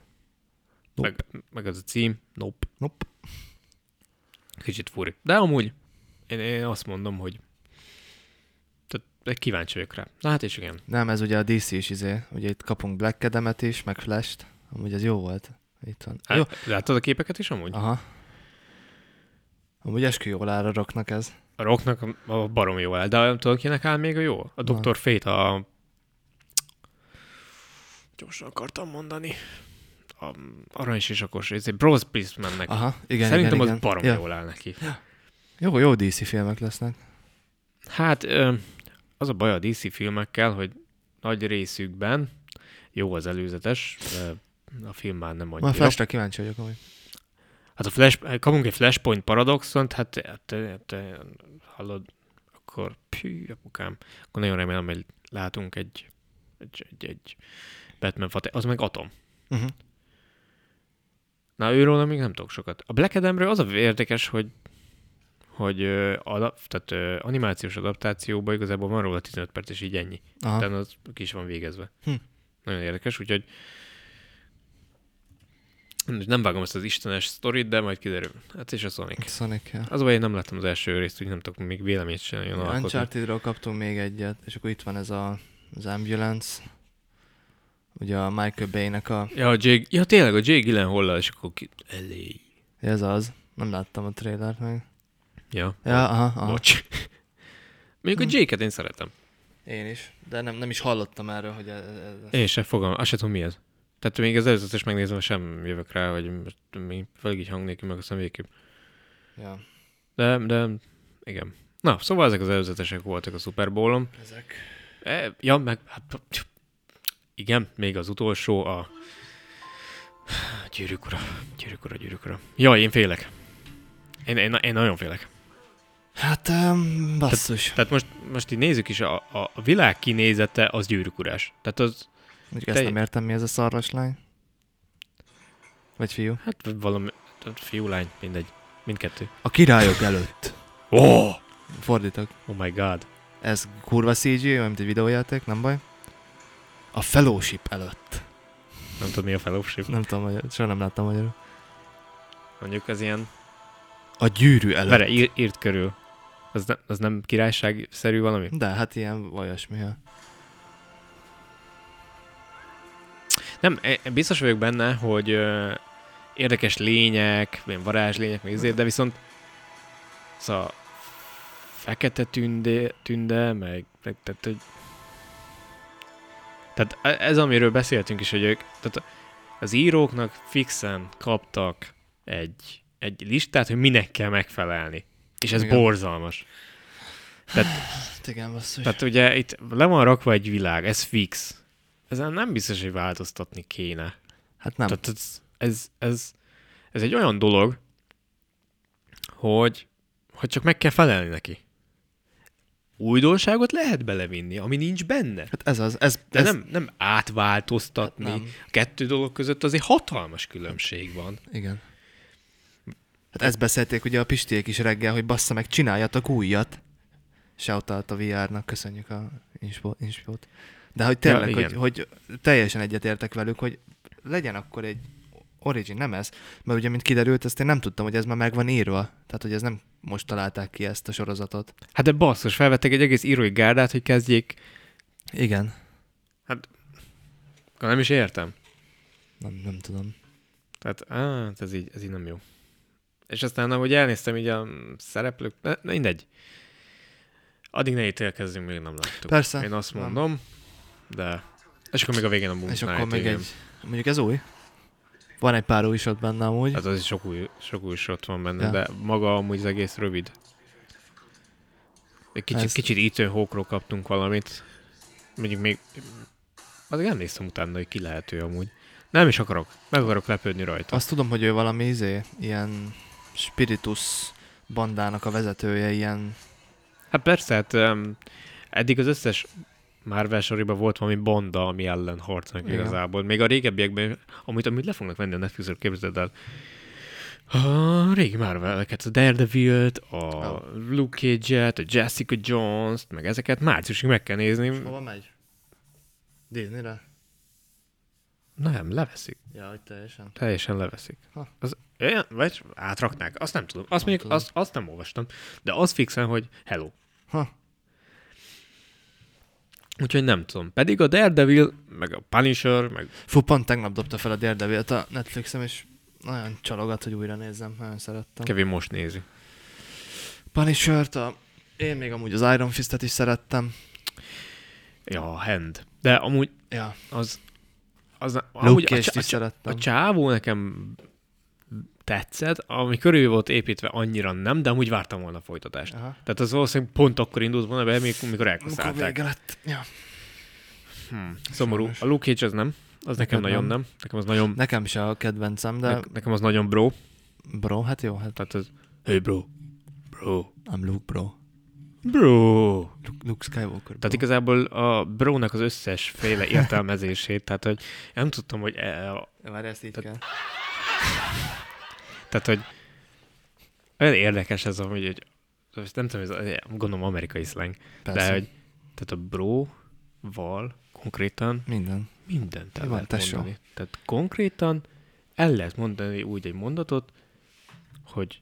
Speaker 3: Meg, meg az a cím, nope.
Speaker 2: Nope.
Speaker 3: Kicsit furi. De amúgy én, én azt mondom, hogy tehát de kíváncsi vagyok rá. Na hát és igen.
Speaker 2: Nem, ez ugye a DC is izé, ugye itt kapunk Black adam is, meg Flash-t, amúgy ez jó volt. Itt van.
Speaker 3: Hát,
Speaker 2: Jó.
Speaker 3: jó. Láttad a képeket is amúgy?
Speaker 2: Aha. Amúgy eskü jól áll a rocknak ez.
Speaker 3: A rocknak a- a barom jó el, de nem tudod, kinek áll még a jó? A Dr. Fate, a... Gyorsan akartam mondani. A arany sisakos, ez egy Bros Prismannek.
Speaker 2: Aha, igen,
Speaker 3: Szerintem
Speaker 2: igen,
Speaker 3: az
Speaker 2: igen.
Speaker 3: barom
Speaker 2: ja.
Speaker 3: jól áll neki.
Speaker 2: Jó, jó DC filmek lesznek.
Speaker 3: Hát ö, az a baj a DC filmekkel, hogy nagy részükben jó az előzetes, de a film már nem
Speaker 2: Már
Speaker 3: annyira.
Speaker 2: Flash-ra kíváncsi vagyok amúgy.
Speaker 3: Hát a flash, kapunk egy Flashpoint paradoxont, hát, hát, hát, hát hallod, akkor pű, apukám, akkor nagyon remélem, hogy látunk egy, egy, egy, egy Batman fat, az meg Atom.
Speaker 2: Uh-huh.
Speaker 3: Na, őről még nem tudok sokat. A Black Adamről az a érdekes, hogy hogy ö, adap, tehát, ö, animációs adaptációban igazából van róla 15 perc, és így ennyi.
Speaker 2: Aha.
Speaker 3: Utána az ki is van végezve.
Speaker 2: Hm.
Speaker 3: Nagyon érdekes, úgyhogy nem vágom ezt az istenes sztorit, de majd kiderül. Hát és a Sonic.
Speaker 2: Sonic, ja.
Speaker 3: Az a baj, én nem láttam az első részt, úgyhogy nem tudok még véleményt sem nagyon alkotni.
Speaker 2: Uncharted-ról kaptunk még egyet, és akkor itt van ez a, az Ambulance, ugye a Michael Bay-nek a,
Speaker 3: Ja, a Jake, ja, tényleg, a Jake Gyllenhaal és akkor ki... Elé.
Speaker 2: ez az, nem láttam a trailert meg.
Speaker 3: Ja,
Speaker 2: Ja, aha, aha.
Speaker 3: bocs. Mondjuk a Jake-et én szeretem.
Speaker 2: Én is, de nem, nem is hallottam erről, hogy e- ez, ez...
Speaker 3: Én sem fogom, azt sem tudom mi ez. Tehát még az előzetes is megnézem, sem jövök rá, hogy most mi főleg így hang nélkül, meg aztán végképp.
Speaker 2: Ja,
Speaker 3: De, de, igen. Na, szóval ezek az előzetesek voltak a Super Bowl-on.
Speaker 2: ezek.
Speaker 3: E, ja, meg, hát, igen, még az utolsó a... Gyűrűk ura, gyűrűk ura, gyűrűk ura. Jaj, én félek. Én, én, én nagyon félek.
Speaker 2: Hát, um, basszus.
Speaker 3: Tehát most, most így nézzük is, a, a, a világ kinézete az gyűrűk urás. Tehát az,
Speaker 2: Mondjuk ezt
Speaker 3: te-
Speaker 2: nem értem, mi ez a szarvas lány. Vagy fiú.
Speaker 3: hát valami, tehát fiú, lány, mindegy. Mindkettő.
Speaker 2: A királyok előtt.
Speaker 3: Ó! Oh!
Speaker 2: Fordítok.
Speaker 3: oh my god.
Speaker 2: Ez kurva CG, olyan, mint egy videójáték, nem baj. A fellowship előtt.
Speaker 3: Nem tudom, mi a fellowship.
Speaker 2: Nem tudom, magyar, soha nem láttam magyarul.
Speaker 3: Mondjuk az ilyen...
Speaker 2: A gyűrű előtt.
Speaker 3: Vere, ír, írt körül. Az, ne, az nem királyságszerű valami?
Speaker 2: De hát ilyen olyasmi. ja.
Speaker 3: Nem, e- e- biztos vagyok benne, hogy ö, érdekes lények, ilyen varázslények, meg ezért, de viszont ez a fekete tünde, tünde meg, meg tehát, hogy, tehát e- ez, amiről beszéltünk is, hogy ők, tehát az íróknak fixen kaptak egy, egy listát, hogy minek kell megfelelni. És ez
Speaker 2: Igen.
Speaker 3: Igen. borzalmas.
Speaker 2: Hát igen, basszus.
Speaker 3: Tehát ugye itt le van rakva egy világ, ez fix. Ezen nem biztos, hogy változtatni kéne.
Speaker 2: Hát nem.
Speaker 3: Tehát ez, ez, ez, ez egy olyan dolog, hogy, hogy csak meg kell felelni neki. Újdonságot lehet belevinni, ami nincs benne.
Speaker 2: Hát ez az. Ez,
Speaker 3: De
Speaker 2: ez
Speaker 3: nem, nem átváltoztatni.
Speaker 2: Hát
Speaker 3: Hát
Speaker 2: nem.
Speaker 3: nem. A kettő dolog között azért hatalmas különbség van.
Speaker 2: Igen. Hát ezt beszélték ugye a Pistiek is reggel, hogy bassza meg, csináljatok újat. Shoutout a VR-nak, köszönjük a inspo- inspót. De hogy tényleg,
Speaker 3: Ja,
Speaker 2: hogy,
Speaker 3: igen.
Speaker 2: hogy teljesen egyetértek velük, hogy legyen akkor egy origin, nem ez? Mert ugye, mint kiderült, ezt én nem tudtam, hogy ez már meg van írva. Tehát, hogy ez nem most találták ki ezt a sorozatot.
Speaker 3: Hát de basszus, felvettek egy egész írói gárdát, hogy kezdjék.
Speaker 2: Igen.
Speaker 3: Hát, Nem is értem.
Speaker 2: Nem, nem tudom.
Speaker 3: Tehát á, hát ez így, ez így nem jó. És aztán, ahogy elnéztem így a szereplők, ne, ne, mindegy. Addig ne ítélkezzünk, még nem láttuk.
Speaker 2: Persze,
Speaker 3: Én azt
Speaker 2: nem.
Speaker 3: mondom, de... És akkor még a végén a Moon
Speaker 2: És
Speaker 3: Knight,
Speaker 2: akkor még
Speaker 3: Hát igen.
Speaker 2: egy... Mondjuk ez új? Van egy pár új shot benne amúgy.
Speaker 3: Hát az is sok új, sok új shot van benne,
Speaker 2: Ja.
Speaker 3: ja. de maga amúgy az egész rövid. Egy kicsit,
Speaker 2: Ez-
Speaker 3: Ez... kicsit Ethan Hawke-ról kaptunk valamit. Mondjuk még... Azért nem néztem utána, hogy ki lehet ő amúgy. Nem is akarok. Meg akarok lepődni rajta.
Speaker 2: Azt tudom, hogy ő valami izé, ilyen spiritus bandának a vezetője ilyen...
Speaker 3: Hát persze, hát um, eddig az összes Marvel soriban volt valami banda, ami ellen harcolnak
Speaker 2: Igen.
Speaker 3: igazából. Még a régebbiekben, amit, amit le fognak venni a Netflixről, képzeld el. A régi Marvel-eket, a Daredevil-t, a Luke Cage-et, a Jessica Jones-t, meg ezeket márciusig meg kell nézni.
Speaker 2: Hova megy? Disneyre?
Speaker 3: Nem, leveszik.
Speaker 2: Ja, hogy teljesen.
Speaker 3: Teljesen leveszik.
Speaker 2: Ha.
Speaker 3: Az, olyan, vagy átraknák, azt nem tudom. Azt
Speaker 2: Nem
Speaker 3: mondjuk,
Speaker 2: tudom.
Speaker 3: azt, azt nem olvastam, de az fixen, hogy hello.
Speaker 2: Ha.
Speaker 3: Úgyhogy nem tudom. Pedig a Daredevil, meg a Punisher, meg
Speaker 2: Fú, pont tegnap dobta fel a Daredevil-t a Netflixem, és nagyon csalogat, hogy újra nézzem. Nagyon szerettem.
Speaker 3: Kevin most nézi.
Speaker 2: Punisher-t, a... én még amúgy az Iron Fist-et is szerettem.
Speaker 3: Ja, a Hand. De amúgy
Speaker 2: Ja,
Speaker 3: az... az amúgy
Speaker 2: Luke
Speaker 3: a
Speaker 2: Cage-t
Speaker 3: csa-
Speaker 2: is
Speaker 3: a csa-
Speaker 2: szerettem.
Speaker 3: A csávó nekem tetszett, ami körül volt építve annyira nem, de amúgy vártam volna a folytatást.
Speaker 2: Aha.
Speaker 3: Tehát az valószínűleg pont akkor indult volna be, mikor, mikor
Speaker 2: Mikor
Speaker 3: elkasszálták.
Speaker 2: vége lett. Ja.
Speaker 3: Hmm, szomorú.
Speaker 2: Sajnos.
Speaker 3: A Luke Cage az nem. Az
Speaker 2: Neked
Speaker 3: nekem nagyon
Speaker 2: nem.
Speaker 3: nem. Nekem az nagyon...
Speaker 2: Nekem se a kedvencem, de
Speaker 3: Ne- nekem az nagyon bro.
Speaker 2: bro, hát jó, hát
Speaker 3: Tehát az... Hey bro. Bro.
Speaker 2: nem Luke bro.
Speaker 3: Bro.
Speaker 2: Luke, Luke Skywalker bro.
Speaker 3: Tehát igazából a brónak az összes féle értelmezését, tehát hogy nem tudtam, hogy e,
Speaker 2: Várj, ezt így kell.
Speaker 3: Tehát, hogy olyan érdekes ez, hogy, hogy most nem tudom, ez gondolom amerikai slang, Persze. de hogy tehát a bro-val konkrétan
Speaker 2: Minden.
Speaker 3: mindent el
Speaker 2: Mi van,
Speaker 3: lehet
Speaker 2: tesó?
Speaker 3: mondani. Tehát konkrétan el lehet mondani úgy egy mondatot, hogy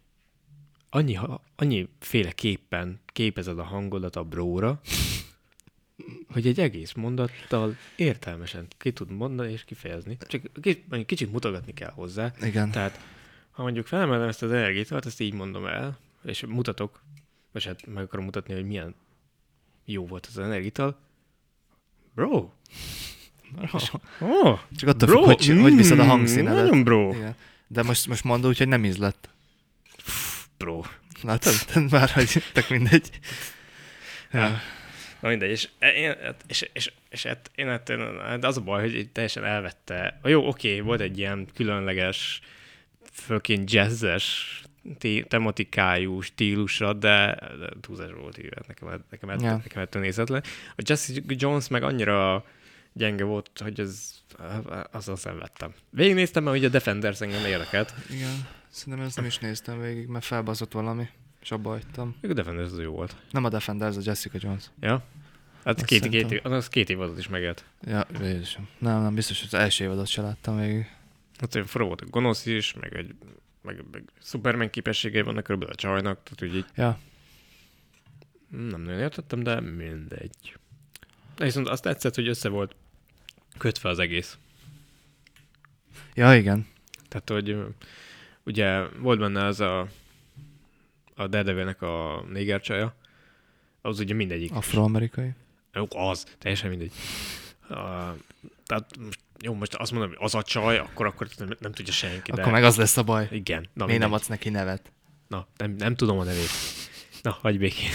Speaker 3: annyi, ha- annyi féleképpen képezed a hangodat a bróra, hogy egy egész mondattal értelmesen ki tud mondani és kifejezni. Csak ki- mondjuk kicsit mutogatni kell hozzá,
Speaker 2: Igen.
Speaker 3: tehát, ha mondjuk felemelem ezt az energiát, ezt így mondom el, és mutatok, vagy hát meg akarom mutatni, hogy milyen jó volt az energiatal. Bro! Oh,
Speaker 2: Csak attól függ, hogy, hogy viszed a hangszínedet.
Speaker 3: mm, Nagyon bro.
Speaker 2: Igen. De most, most mondd úgy, hogy nem ízlett.
Speaker 3: Bro.
Speaker 2: Látod? Már hogy tök mindegy. Ja.
Speaker 3: Na mindegy, és, e, én, és, és, és, hát én, hát, de az a baj, hogy így teljesen elvette. Jó, oké, volt egy ilyen különleges, főként jazzes té- tematikájú stílusa, de, de túlzás volt így, hát nekem, hát- nekem, hát,
Speaker 2: Ja.
Speaker 3: nekem ettől nézetlen. A Jesse Jones meg annyira gyenge volt, hogy ez azzal szenvedtem. Végignéztem, mert ugye a Defenders engem érdekelt.
Speaker 2: Igen. Szerintem ezt nem is néztem végig, mert felbazott valami, és abba hagytam.
Speaker 3: Még a Defenders az jó volt.
Speaker 2: Nem a Defenders, a Jessica Jones.
Speaker 3: Ja? Hát
Speaker 2: Azt
Speaker 3: két, két,
Speaker 2: szerintem.
Speaker 3: év- az két év alatt is megélt.
Speaker 2: Ja, Jézusom. Nem, nem, biztos, hogy az első évadot se láttam végig.
Speaker 3: Hát olyan fura volt a gonosz is, meg egy meg, meg Superman képességei vannak körülbelül a csajnak, tehát úgy így
Speaker 2: Ja.
Speaker 3: nem nagyon értettem, de mindegy. De viszont azt tetszett, hogy össze volt kötve az egész.
Speaker 2: Ja, igen.
Speaker 3: Tehát, hogy ö, ugye volt benne az a, a Daredevilnek a néger csaja, az ugye mindegyik.
Speaker 2: Afroamerikai.
Speaker 3: Jó, az, teljesen mindegy. Uh, tehát most, jó, most azt mondom, hogy az a csaj, akkor, akkor nem, nem tudja senki.
Speaker 2: Akkor
Speaker 3: de...
Speaker 2: meg az lesz a baj.
Speaker 3: Igen. Na,
Speaker 2: Miért nem
Speaker 3: mindegy.
Speaker 2: adsz neki nevet?
Speaker 3: Na, nem, nem tudom a nevét. Na, hagyj békén.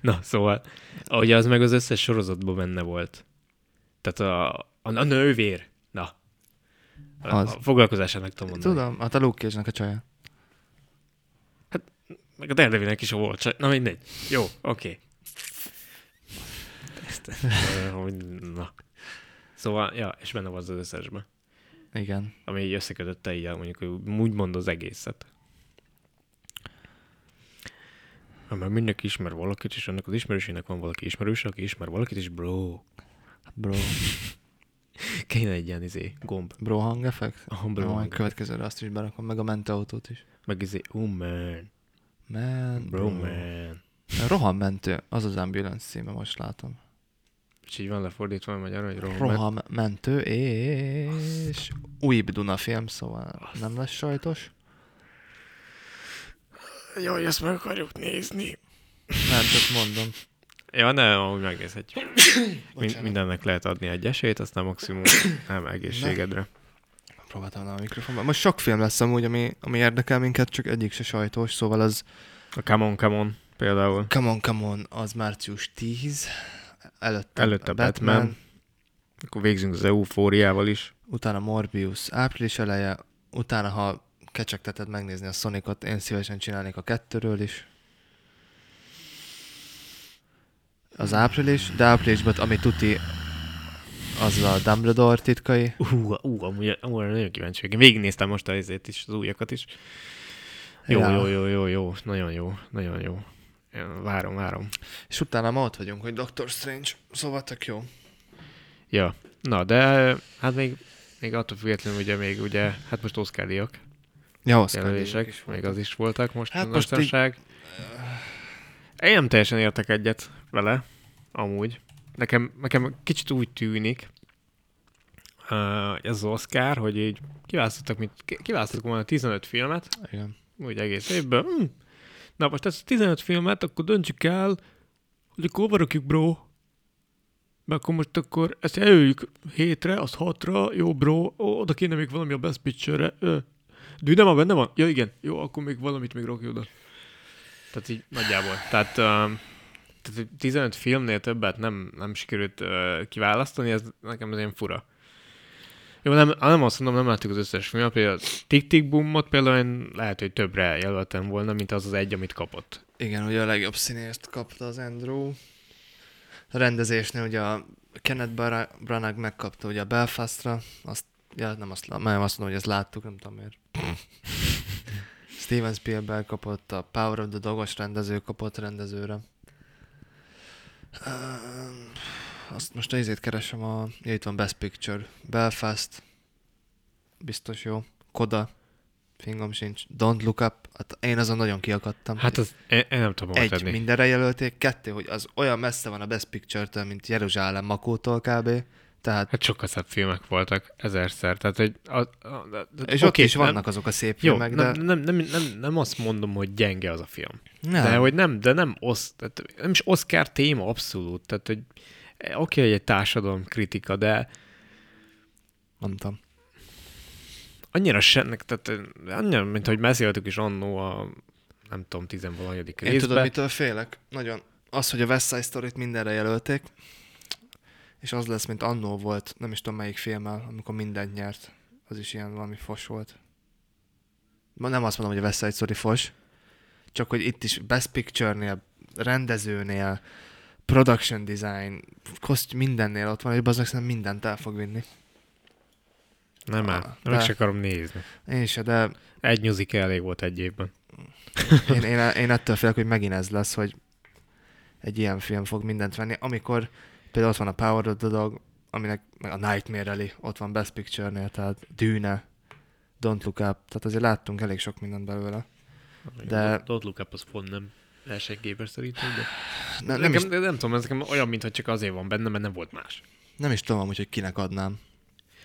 Speaker 3: Na, szóval, ugye az meg az összes sorozatban benne volt. Tehát a, a, a nővér. Na. A,
Speaker 2: Az.
Speaker 3: az. a foglalkozását meg tudom mondani.
Speaker 2: Tudom, hát a Luke Cage-nek a csaja.
Speaker 3: Meg a Daredevilnek is volt. Csak, na mindegy. Jó, oké. Okay. na. Szóval, ja, és benne volt az összesben.
Speaker 2: Igen.
Speaker 3: Ami így összekötötte így a- mondjuk úgymond az egészet. Ha Mert mindenki ismer valakit, és annak az ismerősének van valaki ismerős, aki ismer valakit, és bro,
Speaker 2: Bro.
Speaker 3: kéne egy ilyen izé, gomb.
Speaker 2: Bro hang effekt?
Speaker 3: A bro,
Speaker 2: Bro hang.
Speaker 3: hang.
Speaker 2: Következőre azt is berakom, meg a mentőautót is.
Speaker 3: meg izé, oh man,
Speaker 2: Man,
Speaker 3: bro, man.
Speaker 2: Rohammentő, az az ambulance címe, most látom.
Speaker 3: És így van lefordítva a magyarra, hogy roham. man.
Speaker 2: Rohammentő és újabb Duna film, szóval nem lesz sajtos.
Speaker 3: Jaj, ezt meg akarjuk nézni.
Speaker 2: Nem, csak mondom.
Speaker 3: Ja, ne, ahogy megnézhetjük. Mind, mindennek lehet adni egy esélyt, aztán maximum nem egészségedre.
Speaker 2: Próbáltam le a mikrofonba. Most sok film lesz amúgy, ami, ami érdekel minket, csak egyik se sajtos, szóval az
Speaker 3: A Come on, come on például.
Speaker 2: Come on, come on, az március 10, előtte,
Speaker 3: Előtte Batman. Akkor végzünk az eufóriával is.
Speaker 2: utána Morbius április eleje, utána, ha kecsegteted megnézni a Sonicot, én szívesen csinálnék a kettőről is. Az április, de áprilisban, ami tuti, az a Dumbledore titkai.
Speaker 3: Ú, ú, amúgy, amúgy nagyon kíváncsi vagyok. Én Végignéztem most azért is, az újakat is. Jó,
Speaker 2: Ja.
Speaker 3: jó, jó, jó, jó, nagyon jó, nagyon jó. Én Várom, várom.
Speaker 2: És utána ma ott vagyunk, hogy Doctor Strange, szóval tök jó.
Speaker 3: Ja, na de hát még, még attól függetlenül ugye még ugye, hát most Oscar-díjak,
Speaker 2: Ja, Oscar díjak
Speaker 3: jelölések,
Speaker 2: is
Speaker 3: még
Speaker 2: voltak.
Speaker 3: az is voltak most
Speaker 2: Hát
Speaker 3: hát
Speaker 2: most így-
Speaker 3: mostanság. Én nem teljesen értek egyet vele, amúgy. Nekem, nekem kicsit úgy tűnik, uh, ez az Oscar, hogy így kiválasztottak, mint, ki- kiválasztottak volna 15 filmet,
Speaker 2: Igen.
Speaker 3: úgy egész évben. Hm. Na most ezt a 15 filmet, akkor döntsük el, hogy akkor hova rakjuk, bro. Mert akkor most akkor ezt előjük hétre, az hatra, jó, bro, Ó, oda kéne még valami a Best Picture-re. Ö. Dűne már benne van? Ja, igen. Jó, akkor még valamit még rakj oda. Tehát így nagyjából. Tehát, um, tehát hogy 15 filmnél többet nem, nem sikerült uh, kiválasztani, ez nekem az ilyen fura. Jó, nem, nem azt mondom, nem láttuk az összes filmet, például a Tick Tick Boomot például én lehet, hogy többre jelöltem volna, mint az az egy, amit kapott.
Speaker 2: Igen, ugye a legjobb színészt kapta az Andrew. A rendezésnél ugye a Kenneth Bara- Branagh megkapta ugye a Belfastra, azt, ja, nem azt, lá- nem azt mondom, hogy ezt láttuk, nem tudom miért. Steven Spielberg kapott, a Power of the Dogos rendező kapott rendezőre. Öm, Azt most nézét keresem, a, ja, itt van Best Picture, Belfast, biztos jó, Koda, fingom sincs, Don't Look Up, hát én azon nagyon kiakadtam.
Speaker 3: Hát az, én, én nem tudom hova
Speaker 2: Egy,
Speaker 3: tenni.
Speaker 2: mindenre jelölték, kettő, hogy az olyan messze van a Best Picture-től, mint Jeruzsálem Makótól kb. Tehát,
Speaker 3: Hát sokkal szebb filmek voltak, ezerszer. Tehát, hogy a, a, a,
Speaker 2: és
Speaker 3: oké,
Speaker 2: ott is
Speaker 3: nem-
Speaker 2: vannak azok a szép
Speaker 3: Jó,
Speaker 2: filmek, de...
Speaker 3: nem, nem, nem, nem, nem, azt mondom, hogy gyenge az a film.
Speaker 2: Nem.
Speaker 3: De hogy nem, de nem, osz, tehát nem is Oscar téma abszolút. Tehát, hogy eh, oké, hogy egy társadalom kritika, de
Speaker 2: Nem tudom.
Speaker 3: annyira sennek, tehát eh, annyira, mint hogy beszéltük is annó a nem tudom, tizenvalanyadik
Speaker 2: Én tudom,
Speaker 3: részben.
Speaker 2: mitől félek. Nagyon. Az, hogy a West Side Story-t mindenre jelölték, és az lesz, mint annó volt, nem is tudom melyik filmmel, amikor mindent nyert. Az is ilyen valami fos volt. Ma nem azt mondom, hogy a West Side Story fos, csak hogy itt is Best Picture-nél, rendezőnél, production design, koszty mindennél ott van, hogy bazdmeg szerintem mindent el fog vinni.
Speaker 3: Nem
Speaker 2: Ah,
Speaker 3: már, meg
Speaker 2: de-
Speaker 3: se akarom nézni.
Speaker 2: Én is, de
Speaker 3: Egy nyuzik elég volt egy évben.
Speaker 2: én, én, én ettől félek, hogy megint ez lesz, hogy egy ilyen film fog mindent venni, amikor például ott van a Power of the Dog, aminek meg a Nightmare Alley, ott van Best Picture-nél, tehát Dűne, Don't Look Up, tehát azért láttunk elég sok mindent belőle. De-
Speaker 3: Don't Look Up az pont nem versenyképes szerintem, de...
Speaker 2: Ne,
Speaker 3: Nem,
Speaker 2: nem, is,
Speaker 3: nekem, is... nem tudom, ez nekem olyan, mintha csak azért van benne, mert nem volt más.
Speaker 2: nem is tudom, hogy kinek adnám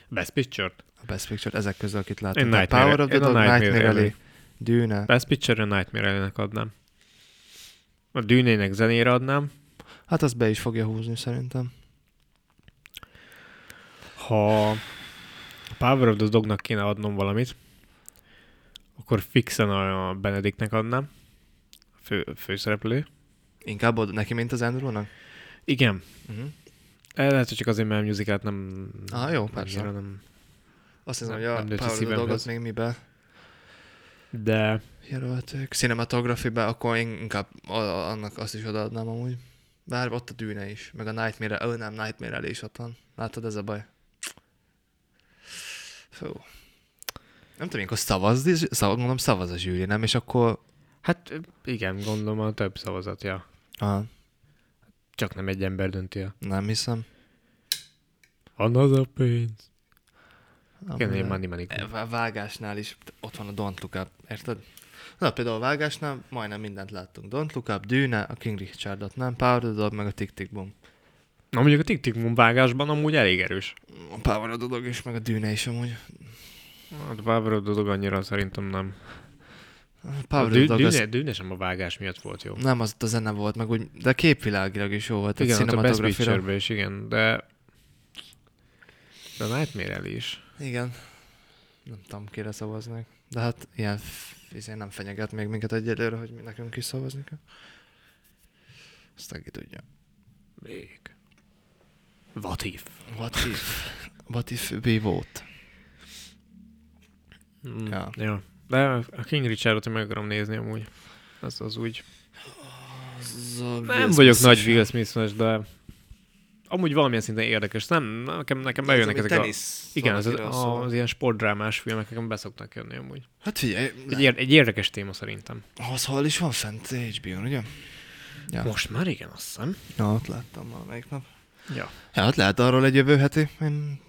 Speaker 3: Best Picture-t?
Speaker 2: a Best Picture-t ezek közül, akit láttunk.
Speaker 3: Én
Speaker 2: Tehát
Speaker 3: Nightmare-
Speaker 2: Power of the
Speaker 3: én a
Speaker 2: Dog, Nightmare,
Speaker 3: Nightmare
Speaker 2: Alley,
Speaker 3: Alley.
Speaker 2: Dűne.
Speaker 3: Best Picture-re Nightmare Alley-nek adnám. A Dűnének zenére adnám.
Speaker 2: Hát azt be is fogja húzni szerintem.
Speaker 3: Ha a Power of the Dognak kéne adnom valamit, akkor fixen a Benedictnek adnám. A Fő, főszereplő.
Speaker 2: Inkább ad neki, mint az Andrewnak?
Speaker 3: Igen,
Speaker 2: Uh-huh.
Speaker 3: Eh, Lehet, hogy csak azért, mert a musicalt nem...
Speaker 2: Ah, jó,
Speaker 3: nem
Speaker 2: persze.
Speaker 3: annyira nem,
Speaker 2: Azt hiszem,
Speaker 3: Nem-
Speaker 2: hogy a
Speaker 3: nem nőtt a
Speaker 2: Power of the
Speaker 3: szívemhez.
Speaker 2: Dogot még mibe
Speaker 3: de
Speaker 2: jelölték. Cinematography-be, akkor én inkább a- a- annak azt is odaadnám amúgy. Bár ott a dűne is, meg a Nightmare, ő nem, Nightmare elé is ott van. Látod, ez a baj. Fú. Nem tudom, akkor szavaz, szavaz, gondolom szavaz a zsűri, nem? És akkor...
Speaker 3: hát eh, igen, gondolom a több szavazatja.
Speaker 2: Ah,
Speaker 3: Csak nem egy ember dönti el.
Speaker 2: nem hiszem.
Speaker 3: Another pénz. Igen, én
Speaker 2: Amúgy-
Speaker 3: money money.
Speaker 2: E, a Vágásnál is ott van a Don't Look Up, érted? Na, például a vágásnál majdnem mindent láttunk. Don't Look Up, Dűne, a King Richardot, nem? Power of the Dog, meg a Tick Tick Boom.
Speaker 3: Na mondjuk a Tick Tick vágásban amúgy elég erős.
Speaker 2: A Power of the Dog is, meg a Dűne is amúgy.
Speaker 3: Hát a Power of the Dog annyira szerintem nem.
Speaker 2: A
Speaker 3: A
Speaker 2: Power of the
Speaker 3: dű,
Speaker 2: Dog az,
Speaker 3: dűne, dűne sem a vágás miatt volt jó.
Speaker 2: nem az a zene volt, meg úgy, de képvilágilag is jó volt.
Speaker 3: Igen,
Speaker 2: Igen,
Speaker 3: ott a Best
Speaker 2: cinematografira.
Speaker 3: picture is, igen, de... De a Nightmare Alley is.
Speaker 2: Igen. Nem tudom, kire szavaznak. De hát ilyen izé nem fenyeget még minket egyelőre, hogy mi nekünk is szavazni kell. Azt ki tudja.
Speaker 3: Még. What if?
Speaker 2: What if? What if we vote?
Speaker 3: Mm,
Speaker 2: Ja.
Speaker 3: ja. De a King Richardot én meg akarom nézni amúgy. Az az úgy.
Speaker 2: Az a Will
Speaker 3: Nem
Speaker 2: Smith
Speaker 3: vagyok
Speaker 2: is.
Speaker 3: nagy Will smith de amúgy valamilyen szinten érdekes. Nem, nekem, nekem
Speaker 2: Ez,
Speaker 3: bejönnek
Speaker 2: ami
Speaker 3: ezek a...
Speaker 2: tenisz
Speaker 3: Igen, az,
Speaker 2: valakiről
Speaker 3: az,
Speaker 2: szól.
Speaker 3: az ilyen sportdrámás filmek nekem beszoktak jönni amúgy.
Speaker 2: Hát figyelj,
Speaker 3: Egy, ér, egy érdekes téma szerintem.
Speaker 2: az hol is van fent HBO-n, ugye? Ja.
Speaker 3: Most már igen, azt hiszem.
Speaker 2: Ja, ott láttam valamelyik nap.
Speaker 3: Ja.
Speaker 2: Ja, hát lehet arról egy jövő heti. Én...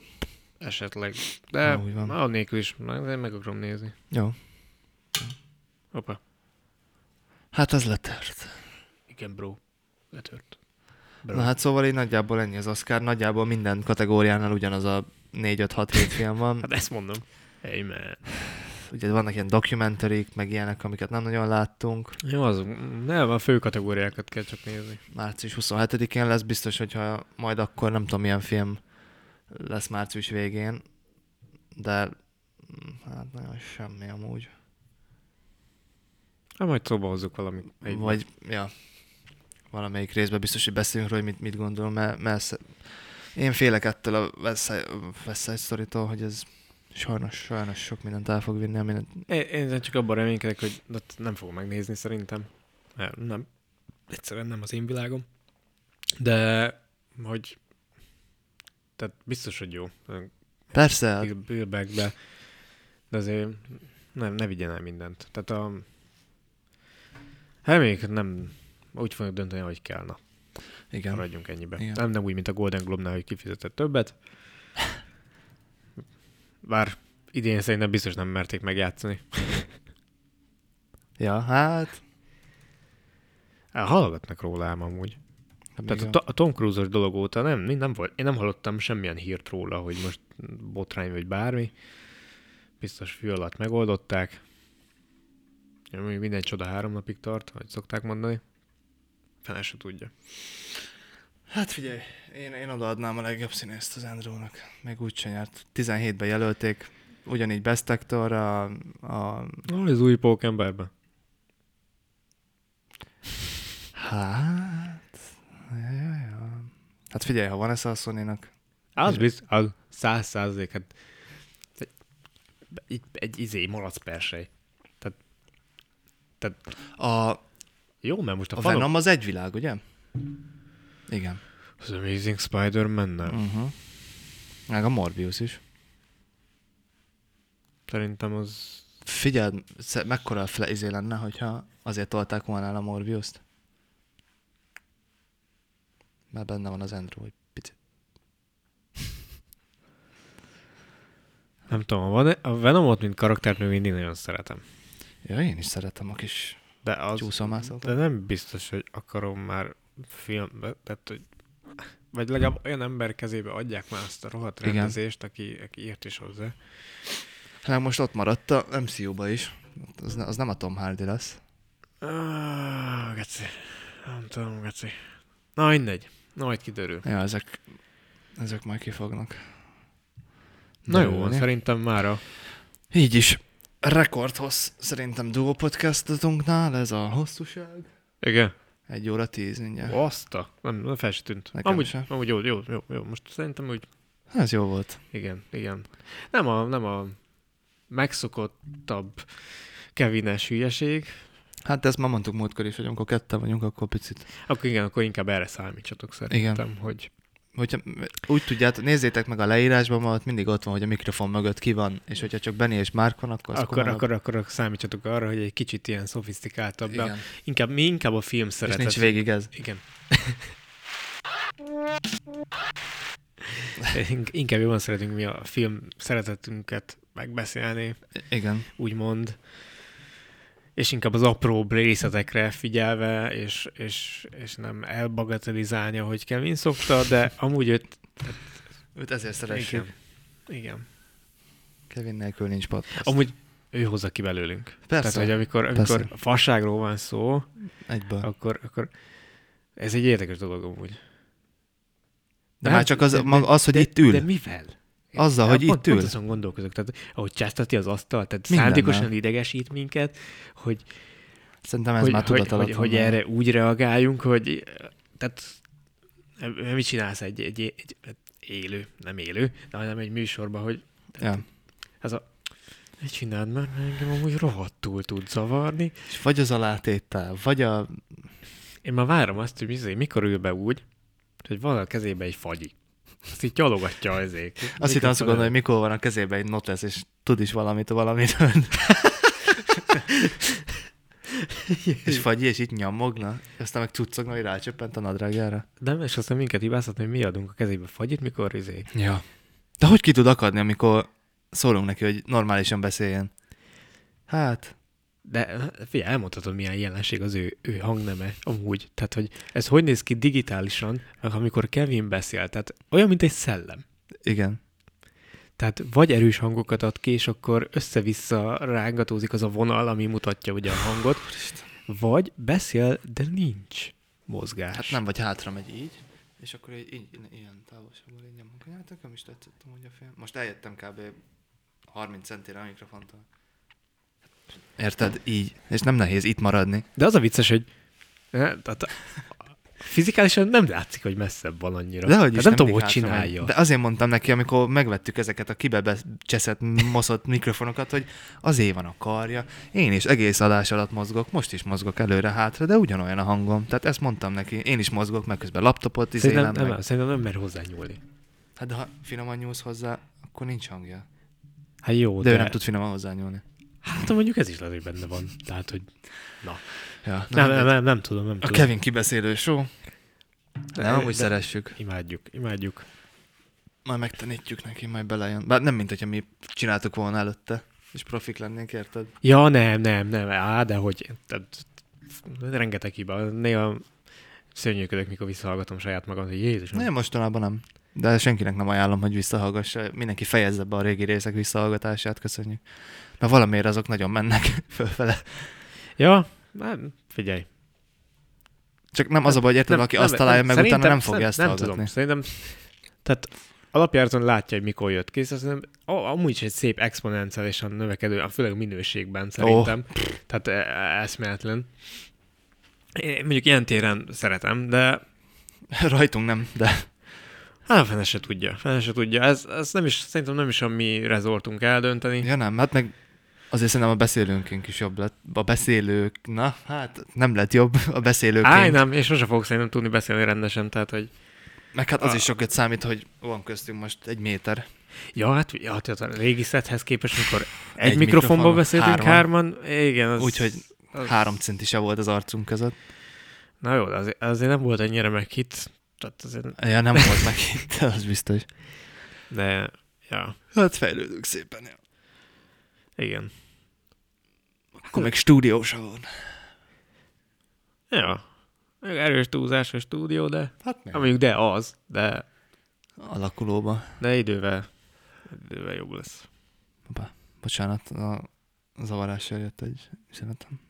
Speaker 3: Esetleg. De
Speaker 2: Na, úgy van.
Speaker 3: annélkül is meg, de meg akarom nézni.
Speaker 2: Jó.
Speaker 3: Opa.
Speaker 2: Hát ez letört.
Speaker 3: Igen, bro. Letört. Bro.
Speaker 2: Na hát szóval így nagyjából ennyi az Oscar. Nagyjából minden kategóriánál ugyanaz a 4-5-6 film van.
Speaker 3: hát ezt mondom. Hey, man.
Speaker 2: Ugye vannak ilyen dokumenterik, meg ilyenek, amiket nem nagyon láttunk.
Speaker 3: Jó, az, nem, a fő kategóriákat kell csak nézni.
Speaker 2: Március 27-én lesz biztos, hogyha majd akkor nem tudom milyen film lesz március végén. De mm, hát nagyon semmi amúgy.
Speaker 3: Hát majd szóba hozzuk valamit.
Speaker 2: Egy Vagy, ja, valamelyik részben biztos, hogy beszélünk róla, hogy mit, mit gondolom, mert, mert sze- én félek ettől a West Side- West Side Story-tól, hogy ez sajnos, sajnos sok mindent el fog vinni, amit
Speaker 3: Én, én csak abban reménykedek, hogy hát nem fogom megnézni szerintem. Mert nem. Egyszerűen nem az én világom. De, hogy... Tehát biztos, hogy jó.
Speaker 2: Hát- Persze,
Speaker 3: Spielberg, de, de azért nem, ne vigyen el mindent. Tehát a... Reméljük, nem úgy fognak dönteni, hogy kell. Na,
Speaker 2: igen.
Speaker 3: maradjunk ennyibe.
Speaker 2: Igen.
Speaker 3: Nem, nem úgy, mint a Golden Globe-nál, hogy kifizetett többet. Bár idén szerintem biztos nem merték megjátszani.
Speaker 2: Ja, hát...
Speaker 3: Á, Hallgatnak róla ám amúgy. Tehát a,
Speaker 2: igen.
Speaker 3: To- a Tom Cruise-os dolog óta nem, nem, nem volt, én nem hallottam semmilyen hírt róla, hogy most botrány vagy bármi. Biztos fű alatt megoldották. Ja, mondjuk Minden csoda három napig tart, hogy szokták mondani. Fene se tudja.
Speaker 2: Hát figyelj, én, én odaadnám a legjobb színészt az Andrewnak. Még úgy sem nyert. 17-ben jelölték, ugyanígy Best Actor, a, a...
Speaker 3: Na, ez új pókemberben.
Speaker 2: Hát... Ja, ja, ja. Hát figyelj, ha van ez a Sony-nak,
Speaker 3: Az biz, az száz százalék, hát egy, egy, egy izé malac persely. Tehát, tehát
Speaker 2: A,
Speaker 3: jó, mert most a,
Speaker 2: a
Speaker 3: fanok...
Speaker 2: Venom az egy világ, ugye? Igen.
Speaker 3: Az Amazing Spider-Man-nel.
Speaker 2: Uh-huh. Meg a Morbius is.
Speaker 3: Szerintem az
Speaker 2: Figyeld, sze- mekkora a fle- izé lenne, hogyha azért tolták volna el a Morbius-t? Mert benne van az Andrew, egy picit.
Speaker 3: Nem tudom, van a Venomot, mint karaktert még mindig nagyon szeretem.
Speaker 2: Ja, én is szeretem a kis
Speaker 3: De az,
Speaker 2: csúszómászókat.
Speaker 3: de nem biztos, hogy akarom már filmbe, tehát, hogy vagy legalább olyan ember kezébe adják már azt a rohadt
Speaker 2: Igen.
Speaker 3: rendezést, aki, aki írt is hozzá.
Speaker 2: Hát most ott maradt a MCU-ba is. Az, ne- az nem a Tom Hardy lesz.
Speaker 3: Ah, geci. Nem tudom, geci. Na, mindegy. Na, majd kiderül.
Speaker 2: Ja, ezek, ezek majd kifognak.
Speaker 3: Na jó,
Speaker 2: derülni.
Speaker 3: szerintem már a...
Speaker 2: Így is. Rekordhossz szerintem duo podcastunknál, ez a hosszúság.
Speaker 3: Igen.
Speaker 2: Egy óra tíz mindjárt.
Speaker 3: Ja. Azt a... Nem, nem fel se tűnt.
Speaker 2: Nekem
Speaker 3: amúgy,
Speaker 2: sem.
Speaker 3: amúgy jó, jó, jó, jó. Most szerintem úgy
Speaker 2: Ez jó volt.
Speaker 3: Igen, igen. Nem a, nem a megszokottabb Kevines hülyeség.
Speaker 2: Hát de ezt már mondtuk múltkor is, hogy amikor ketten vagyunk, akkor picit.
Speaker 3: Akkor igen, akkor inkább erre számítsatok szerintem, igen. hogy
Speaker 2: Hogyha úgy tudjátok, nézzétek meg a leírásban, mert ott mindig ott van, hogy a mikrofon mögött ki van, és hogyha csak Benny és Márk van, akkor az
Speaker 3: akkor, akkor, akkor számítsatok arra, hogy egy kicsit ilyen szofisztikáltabb.
Speaker 2: Igen.
Speaker 3: Inkább, mi inkább a film
Speaker 2: És
Speaker 3: szeretet.
Speaker 2: nincs végig ez.
Speaker 3: Igen. Ink- inkább jobban szeretünk mi a film szeretetünket megbeszélni,
Speaker 2: Igen.
Speaker 3: úgymond, és inkább az apróbb részletekre figyelve, és, és, és nem elbagatelizálni, ahogy Kevin szokta, de amúgy őt,
Speaker 2: Őt ezért szeressük.
Speaker 3: Igen. igen,
Speaker 2: Kevin nélkül nincs podcast.
Speaker 3: amúgy ő hozza ki belőlünk.
Speaker 2: Persze.
Speaker 3: Tehát, hogy amikor, amikor
Speaker 2: persze.
Speaker 3: fasságról van szó,
Speaker 2: Egyből.
Speaker 3: akkor, akkor ez egy érdekes dolog amúgy.
Speaker 2: De
Speaker 3: Hát,
Speaker 2: már csak az,
Speaker 3: de-
Speaker 2: maga az hogy
Speaker 3: de,
Speaker 2: itt ül.
Speaker 3: De mivel?
Speaker 2: Azzal, hogy
Speaker 3: pont,
Speaker 2: itt ül.
Speaker 3: Pont azon gondolkozok, tehát ahogy császtati az asztalt, tehát
Speaker 2: Mindennel.
Speaker 3: szándékosan idegesít minket, hogy
Speaker 2: Szerintem ez
Speaker 3: hogy,
Speaker 2: már tudat
Speaker 3: hogy,
Speaker 2: alatt
Speaker 3: hogy,
Speaker 2: van.
Speaker 3: hogy erre úgy reagáljunk, hogy eh, tehát nem- nem mit csinálsz egy, egy, hát egy, egy élő, nem élő, de hanem egy műsorban, hogy
Speaker 2: Ja.
Speaker 3: ez a Ne csináld már, mert engem amúgy rohadtul tud zavarni.
Speaker 2: És vagy az alátétel, vagy a...
Speaker 3: Én már várom azt, hogy bizony, mikor ül be úgy, hogy van a kezébe egy fagyi. Azt így gyalogatja ezért.
Speaker 2: Azt hittem azt gondolom, hogy mikor van a kezében egy notesz, és tud is valamit valamiről. és fagyi, és itt nyomogna, aztán meg cuccogna, hogy rácsöppent a nadrágjára.
Speaker 3: Nem, és aztán minket hibáztatni, hogy mi adunk a kezébe fagyit, mikor izé.
Speaker 2: Ja. De hogy ki tud akadni, amikor szólunk neki, hogy normálisan beszéljen? Hát,
Speaker 3: De figyelj, elmondhatod, milyen jelenség az ő, ő hangneme amúgy. Tehát, hogy ez hogy néz ki digitálisan, amikor Kevin beszél. Tehát olyan, mint egy szellem.
Speaker 2: igen.
Speaker 3: Tehát vagy erős hangokat ad ki, és akkor össze-vissza rángatózik az a vonal, ami mutatja ugye a hangot, vagy beszél, de nincs mozgás.
Speaker 2: Hát nem, vagy hátra megy így, és akkor így, így ilyen távolságból így nyomunk. Hát nekem is tetszett amúgy a film. Most eljöttem kb. 30 centire a mikrofontól. Érted? Így. És nem nehéz itt maradni.
Speaker 3: De az a vicces, hogy ne, tehát a- fizikálisan nem látszik, hogy messzebb van annyira.
Speaker 2: De hogy
Speaker 3: hát nem tudom, hogy csinálja.
Speaker 2: De azért mondtam neki, amikor megvettük ezeket a kibebecseszett, moszott mikrofonokat, hogy azért van a karja. Én is egész adás alatt mozgok, most is mozgok előre-hátra, de ugyanolyan a hangom. Tehát ezt mondtam neki, én is mozgok, meg közben laptopot izélem.
Speaker 3: Szerintem nem,
Speaker 2: meg...
Speaker 3: nem, szerintem nem mer hozzányúlni.
Speaker 2: Hát de ha finoman nyúlsz hozzá, akkor nincs hangja.
Speaker 3: Hát jó,
Speaker 2: De ő nem tud finoman hozzányúlni.
Speaker 3: Hát mondjuk ez is lehet, hogy benne van. Tehát, hogy... Na.
Speaker 2: Ja,
Speaker 3: Nem, nem, nem, nem tudom, nem
Speaker 2: A
Speaker 3: tudom.
Speaker 2: Kevin kibeszélő show. Nem, amúgy
Speaker 3: de-
Speaker 2: szeressük.
Speaker 3: Imádjuk, imádjuk.
Speaker 2: Majd megtanítjuk neki, majd belejön. Bár nem, mint hogyha mi csináltuk volna előtte, és profik lennénk, érted?
Speaker 3: Ja, nem, nem, nem, á, de hogy... Tehát, rengeteg hiba. Néha szörnyűködök, mikor visszahallgatom saját magam, hogy Jézus,
Speaker 2: Nem, mostanában nem. De senkinek nem ajánlom, hogy visszahallgassa. Mindenki fejezze be a régi részek visszahallgatását, köszönjük. Mert valamiért azok nagyon mennek fölfele.
Speaker 3: Ja, nem, figyelj.
Speaker 2: Csak nem az a baj, hogy érted, aki azt találja meg, utána
Speaker 3: szerintem-
Speaker 2: nem fogja ezt
Speaker 3: nem tudom,
Speaker 2: hallgatni.
Speaker 3: szerintem, tehát alapjáraton látja, hogy mikor jött ki, és azt hiszem, a- amúgy is egy szép exponenciálisan növekedő, a- főleg minőségben szerintem, oh. tehát e- eszméletlen. Én mondjuk ilyen téren szeretem, de
Speaker 2: Rajtunk nem, de
Speaker 3: hát a fene se tudja, fene se tudja. Ez, ez nem is, szerintem nem is a mi rezortunk eldönteni.
Speaker 2: ja nem, hát meg azért szerintem a beszélőnkénk is jobb lett. A beszélők, na hát nem lett jobb a beszélőkénk.
Speaker 3: Áj, nem, és sose fogok szerintem tudni beszélni rendesen, tehát, hogy
Speaker 2: Meg hát az
Speaker 3: A-
Speaker 2: is sokat számít, hogy van köztünk most egy méter.
Speaker 3: ja, hát, ja, tehát a régi szethez képest, amikor egy,
Speaker 2: Egy
Speaker 3: egy mikrofonban
Speaker 2: mikrofonon
Speaker 3: beszéltünk hárman, igen, az,
Speaker 2: Úgyhogy
Speaker 3: az-
Speaker 2: három centi se volt az arcunk között.
Speaker 3: Na jó, de azért, azért nem volt ennyire meghitt, tehát azért,
Speaker 2: Ja, nem volt meg itt, az biztos.
Speaker 3: de ja,
Speaker 2: Hát fejlődünk szépen. Ja.
Speaker 3: igen.
Speaker 2: Akkor meg stúdió se van.
Speaker 3: Ja, Még erős túlzás a stúdió, de
Speaker 2: Hát
Speaker 3: nem. mondjuk de az, de,
Speaker 2: Alakulóba.
Speaker 3: de idővel, idővel jobb lesz.
Speaker 2: Hoppá, bocsánat, a zavarással jött egy üzenetem.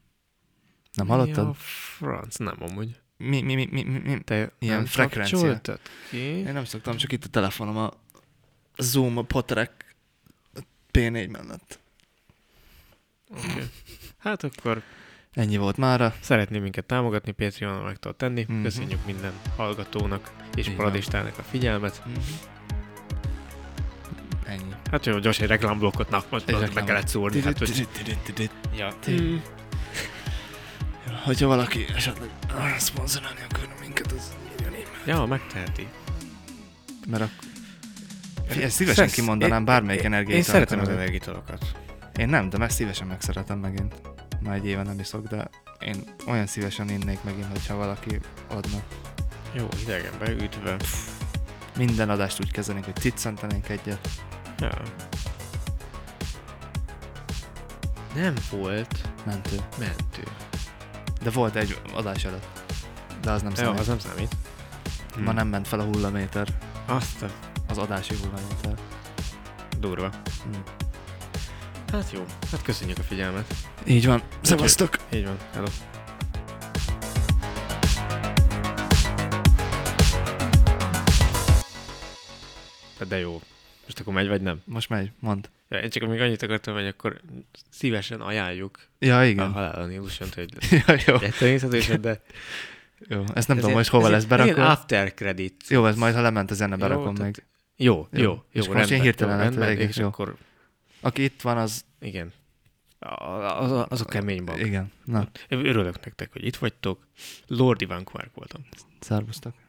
Speaker 2: Nem hallottad?
Speaker 3: Mi a franc? Nem amúgy.
Speaker 2: Mi, mi, mi, mi, mi, mi?
Speaker 3: Te
Speaker 2: Ilyen
Speaker 3: nem
Speaker 2: frekvencia.
Speaker 3: kapcsoltad ki?
Speaker 2: Én nem szoktam, csak itt a telefonom a Zoom, a Potrek a P4 mellett.
Speaker 3: Okay. Hát akkor
Speaker 2: Ennyi volt mára.
Speaker 3: szeretném minket támogatni, Patreonon meg tudod tenni.
Speaker 2: Mhm.
Speaker 3: Mm-hmm. Köszönjük minden hallgatónak és
Speaker 2: Így van.
Speaker 3: paradistának a figyelmet.
Speaker 2: Mhm. Ennyi.
Speaker 3: Hát jó, gyors egy reklámblokkot, na, most
Speaker 2: Egy
Speaker 3: be
Speaker 2: reklám.
Speaker 3: kellett szúrni. Hát, hogy... Ja.
Speaker 2: Mm. Hogyha valaki esetleg arra szponzorálni akarna minket, az írjon így.
Speaker 3: ja, megteheti.
Speaker 2: Mert akkor... Figyelj, ezt szívesen
Speaker 3: Szex-
Speaker 2: kimondanám
Speaker 3: én-
Speaker 2: bármelyik
Speaker 3: én-
Speaker 2: energiát.
Speaker 3: Én szeretem az energiatalokat.
Speaker 2: Én nem, de meg szívesen megszeretem megint. Már egy éve nem iszok, de én olyan szívesen innék megint, hogyha valaki adna.
Speaker 3: Jó, idegen beütve.
Speaker 2: Minden adást úgy kezelünk, hogy titszentenénk egyet.
Speaker 3: Ja. Nem volt
Speaker 2: Mentő.
Speaker 3: mentő.
Speaker 2: De volt egy adás előtt. De az nem
Speaker 3: Jó,
Speaker 2: számít.
Speaker 3: az nem számít. Hm.
Speaker 2: Ma nem ment fel a hullaméter.
Speaker 3: Azt a
Speaker 2: Az adási hullaméter.
Speaker 3: durva.
Speaker 2: Hm.
Speaker 3: Hát jó, hát köszönjük a figyelmet.
Speaker 2: Így van. Szevasztok!
Speaker 3: Így van, hello. Hát De jó. Most akkor megy, vagy nem?
Speaker 2: Most megy, mond.
Speaker 3: Ja, én csak még annyit akartam, hogy akkor szívesen ajánljuk
Speaker 2: Ja,
Speaker 3: Igen. a
Speaker 2: igen.
Speaker 3: halál a Níluson-t, hogy
Speaker 2: ja, jó.
Speaker 3: Természetesen, de
Speaker 2: jó. Ezt nem
Speaker 3: Ez
Speaker 2: tudom,
Speaker 3: ilyen-
Speaker 2: most hova
Speaker 3: ez
Speaker 2: lesz
Speaker 3: ilyen- ez ilyen
Speaker 2: berakva.
Speaker 3: after credit.
Speaker 2: Jó, ez majd, ha lement a zene,
Speaker 3: Jó,
Speaker 2: berakom
Speaker 3: tehát-
Speaker 2: meg.
Speaker 3: Jó,
Speaker 2: Jó.
Speaker 3: jó, jó,
Speaker 2: És most én hirtelen
Speaker 3: jó,
Speaker 2: lett
Speaker 3: rendben,
Speaker 2: elég,
Speaker 3: és
Speaker 2: jó.
Speaker 3: akkor
Speaker 2: Aki itt van, az...
Speaker 3: Igen. A- Az a, az a kemény bab.
Speaker 2: Igen. Na,
Speaker 3: Örülök nektek, hogy itt vagytok. Lord Ivan Quark voltam.
Speaker 2: szárvusztok.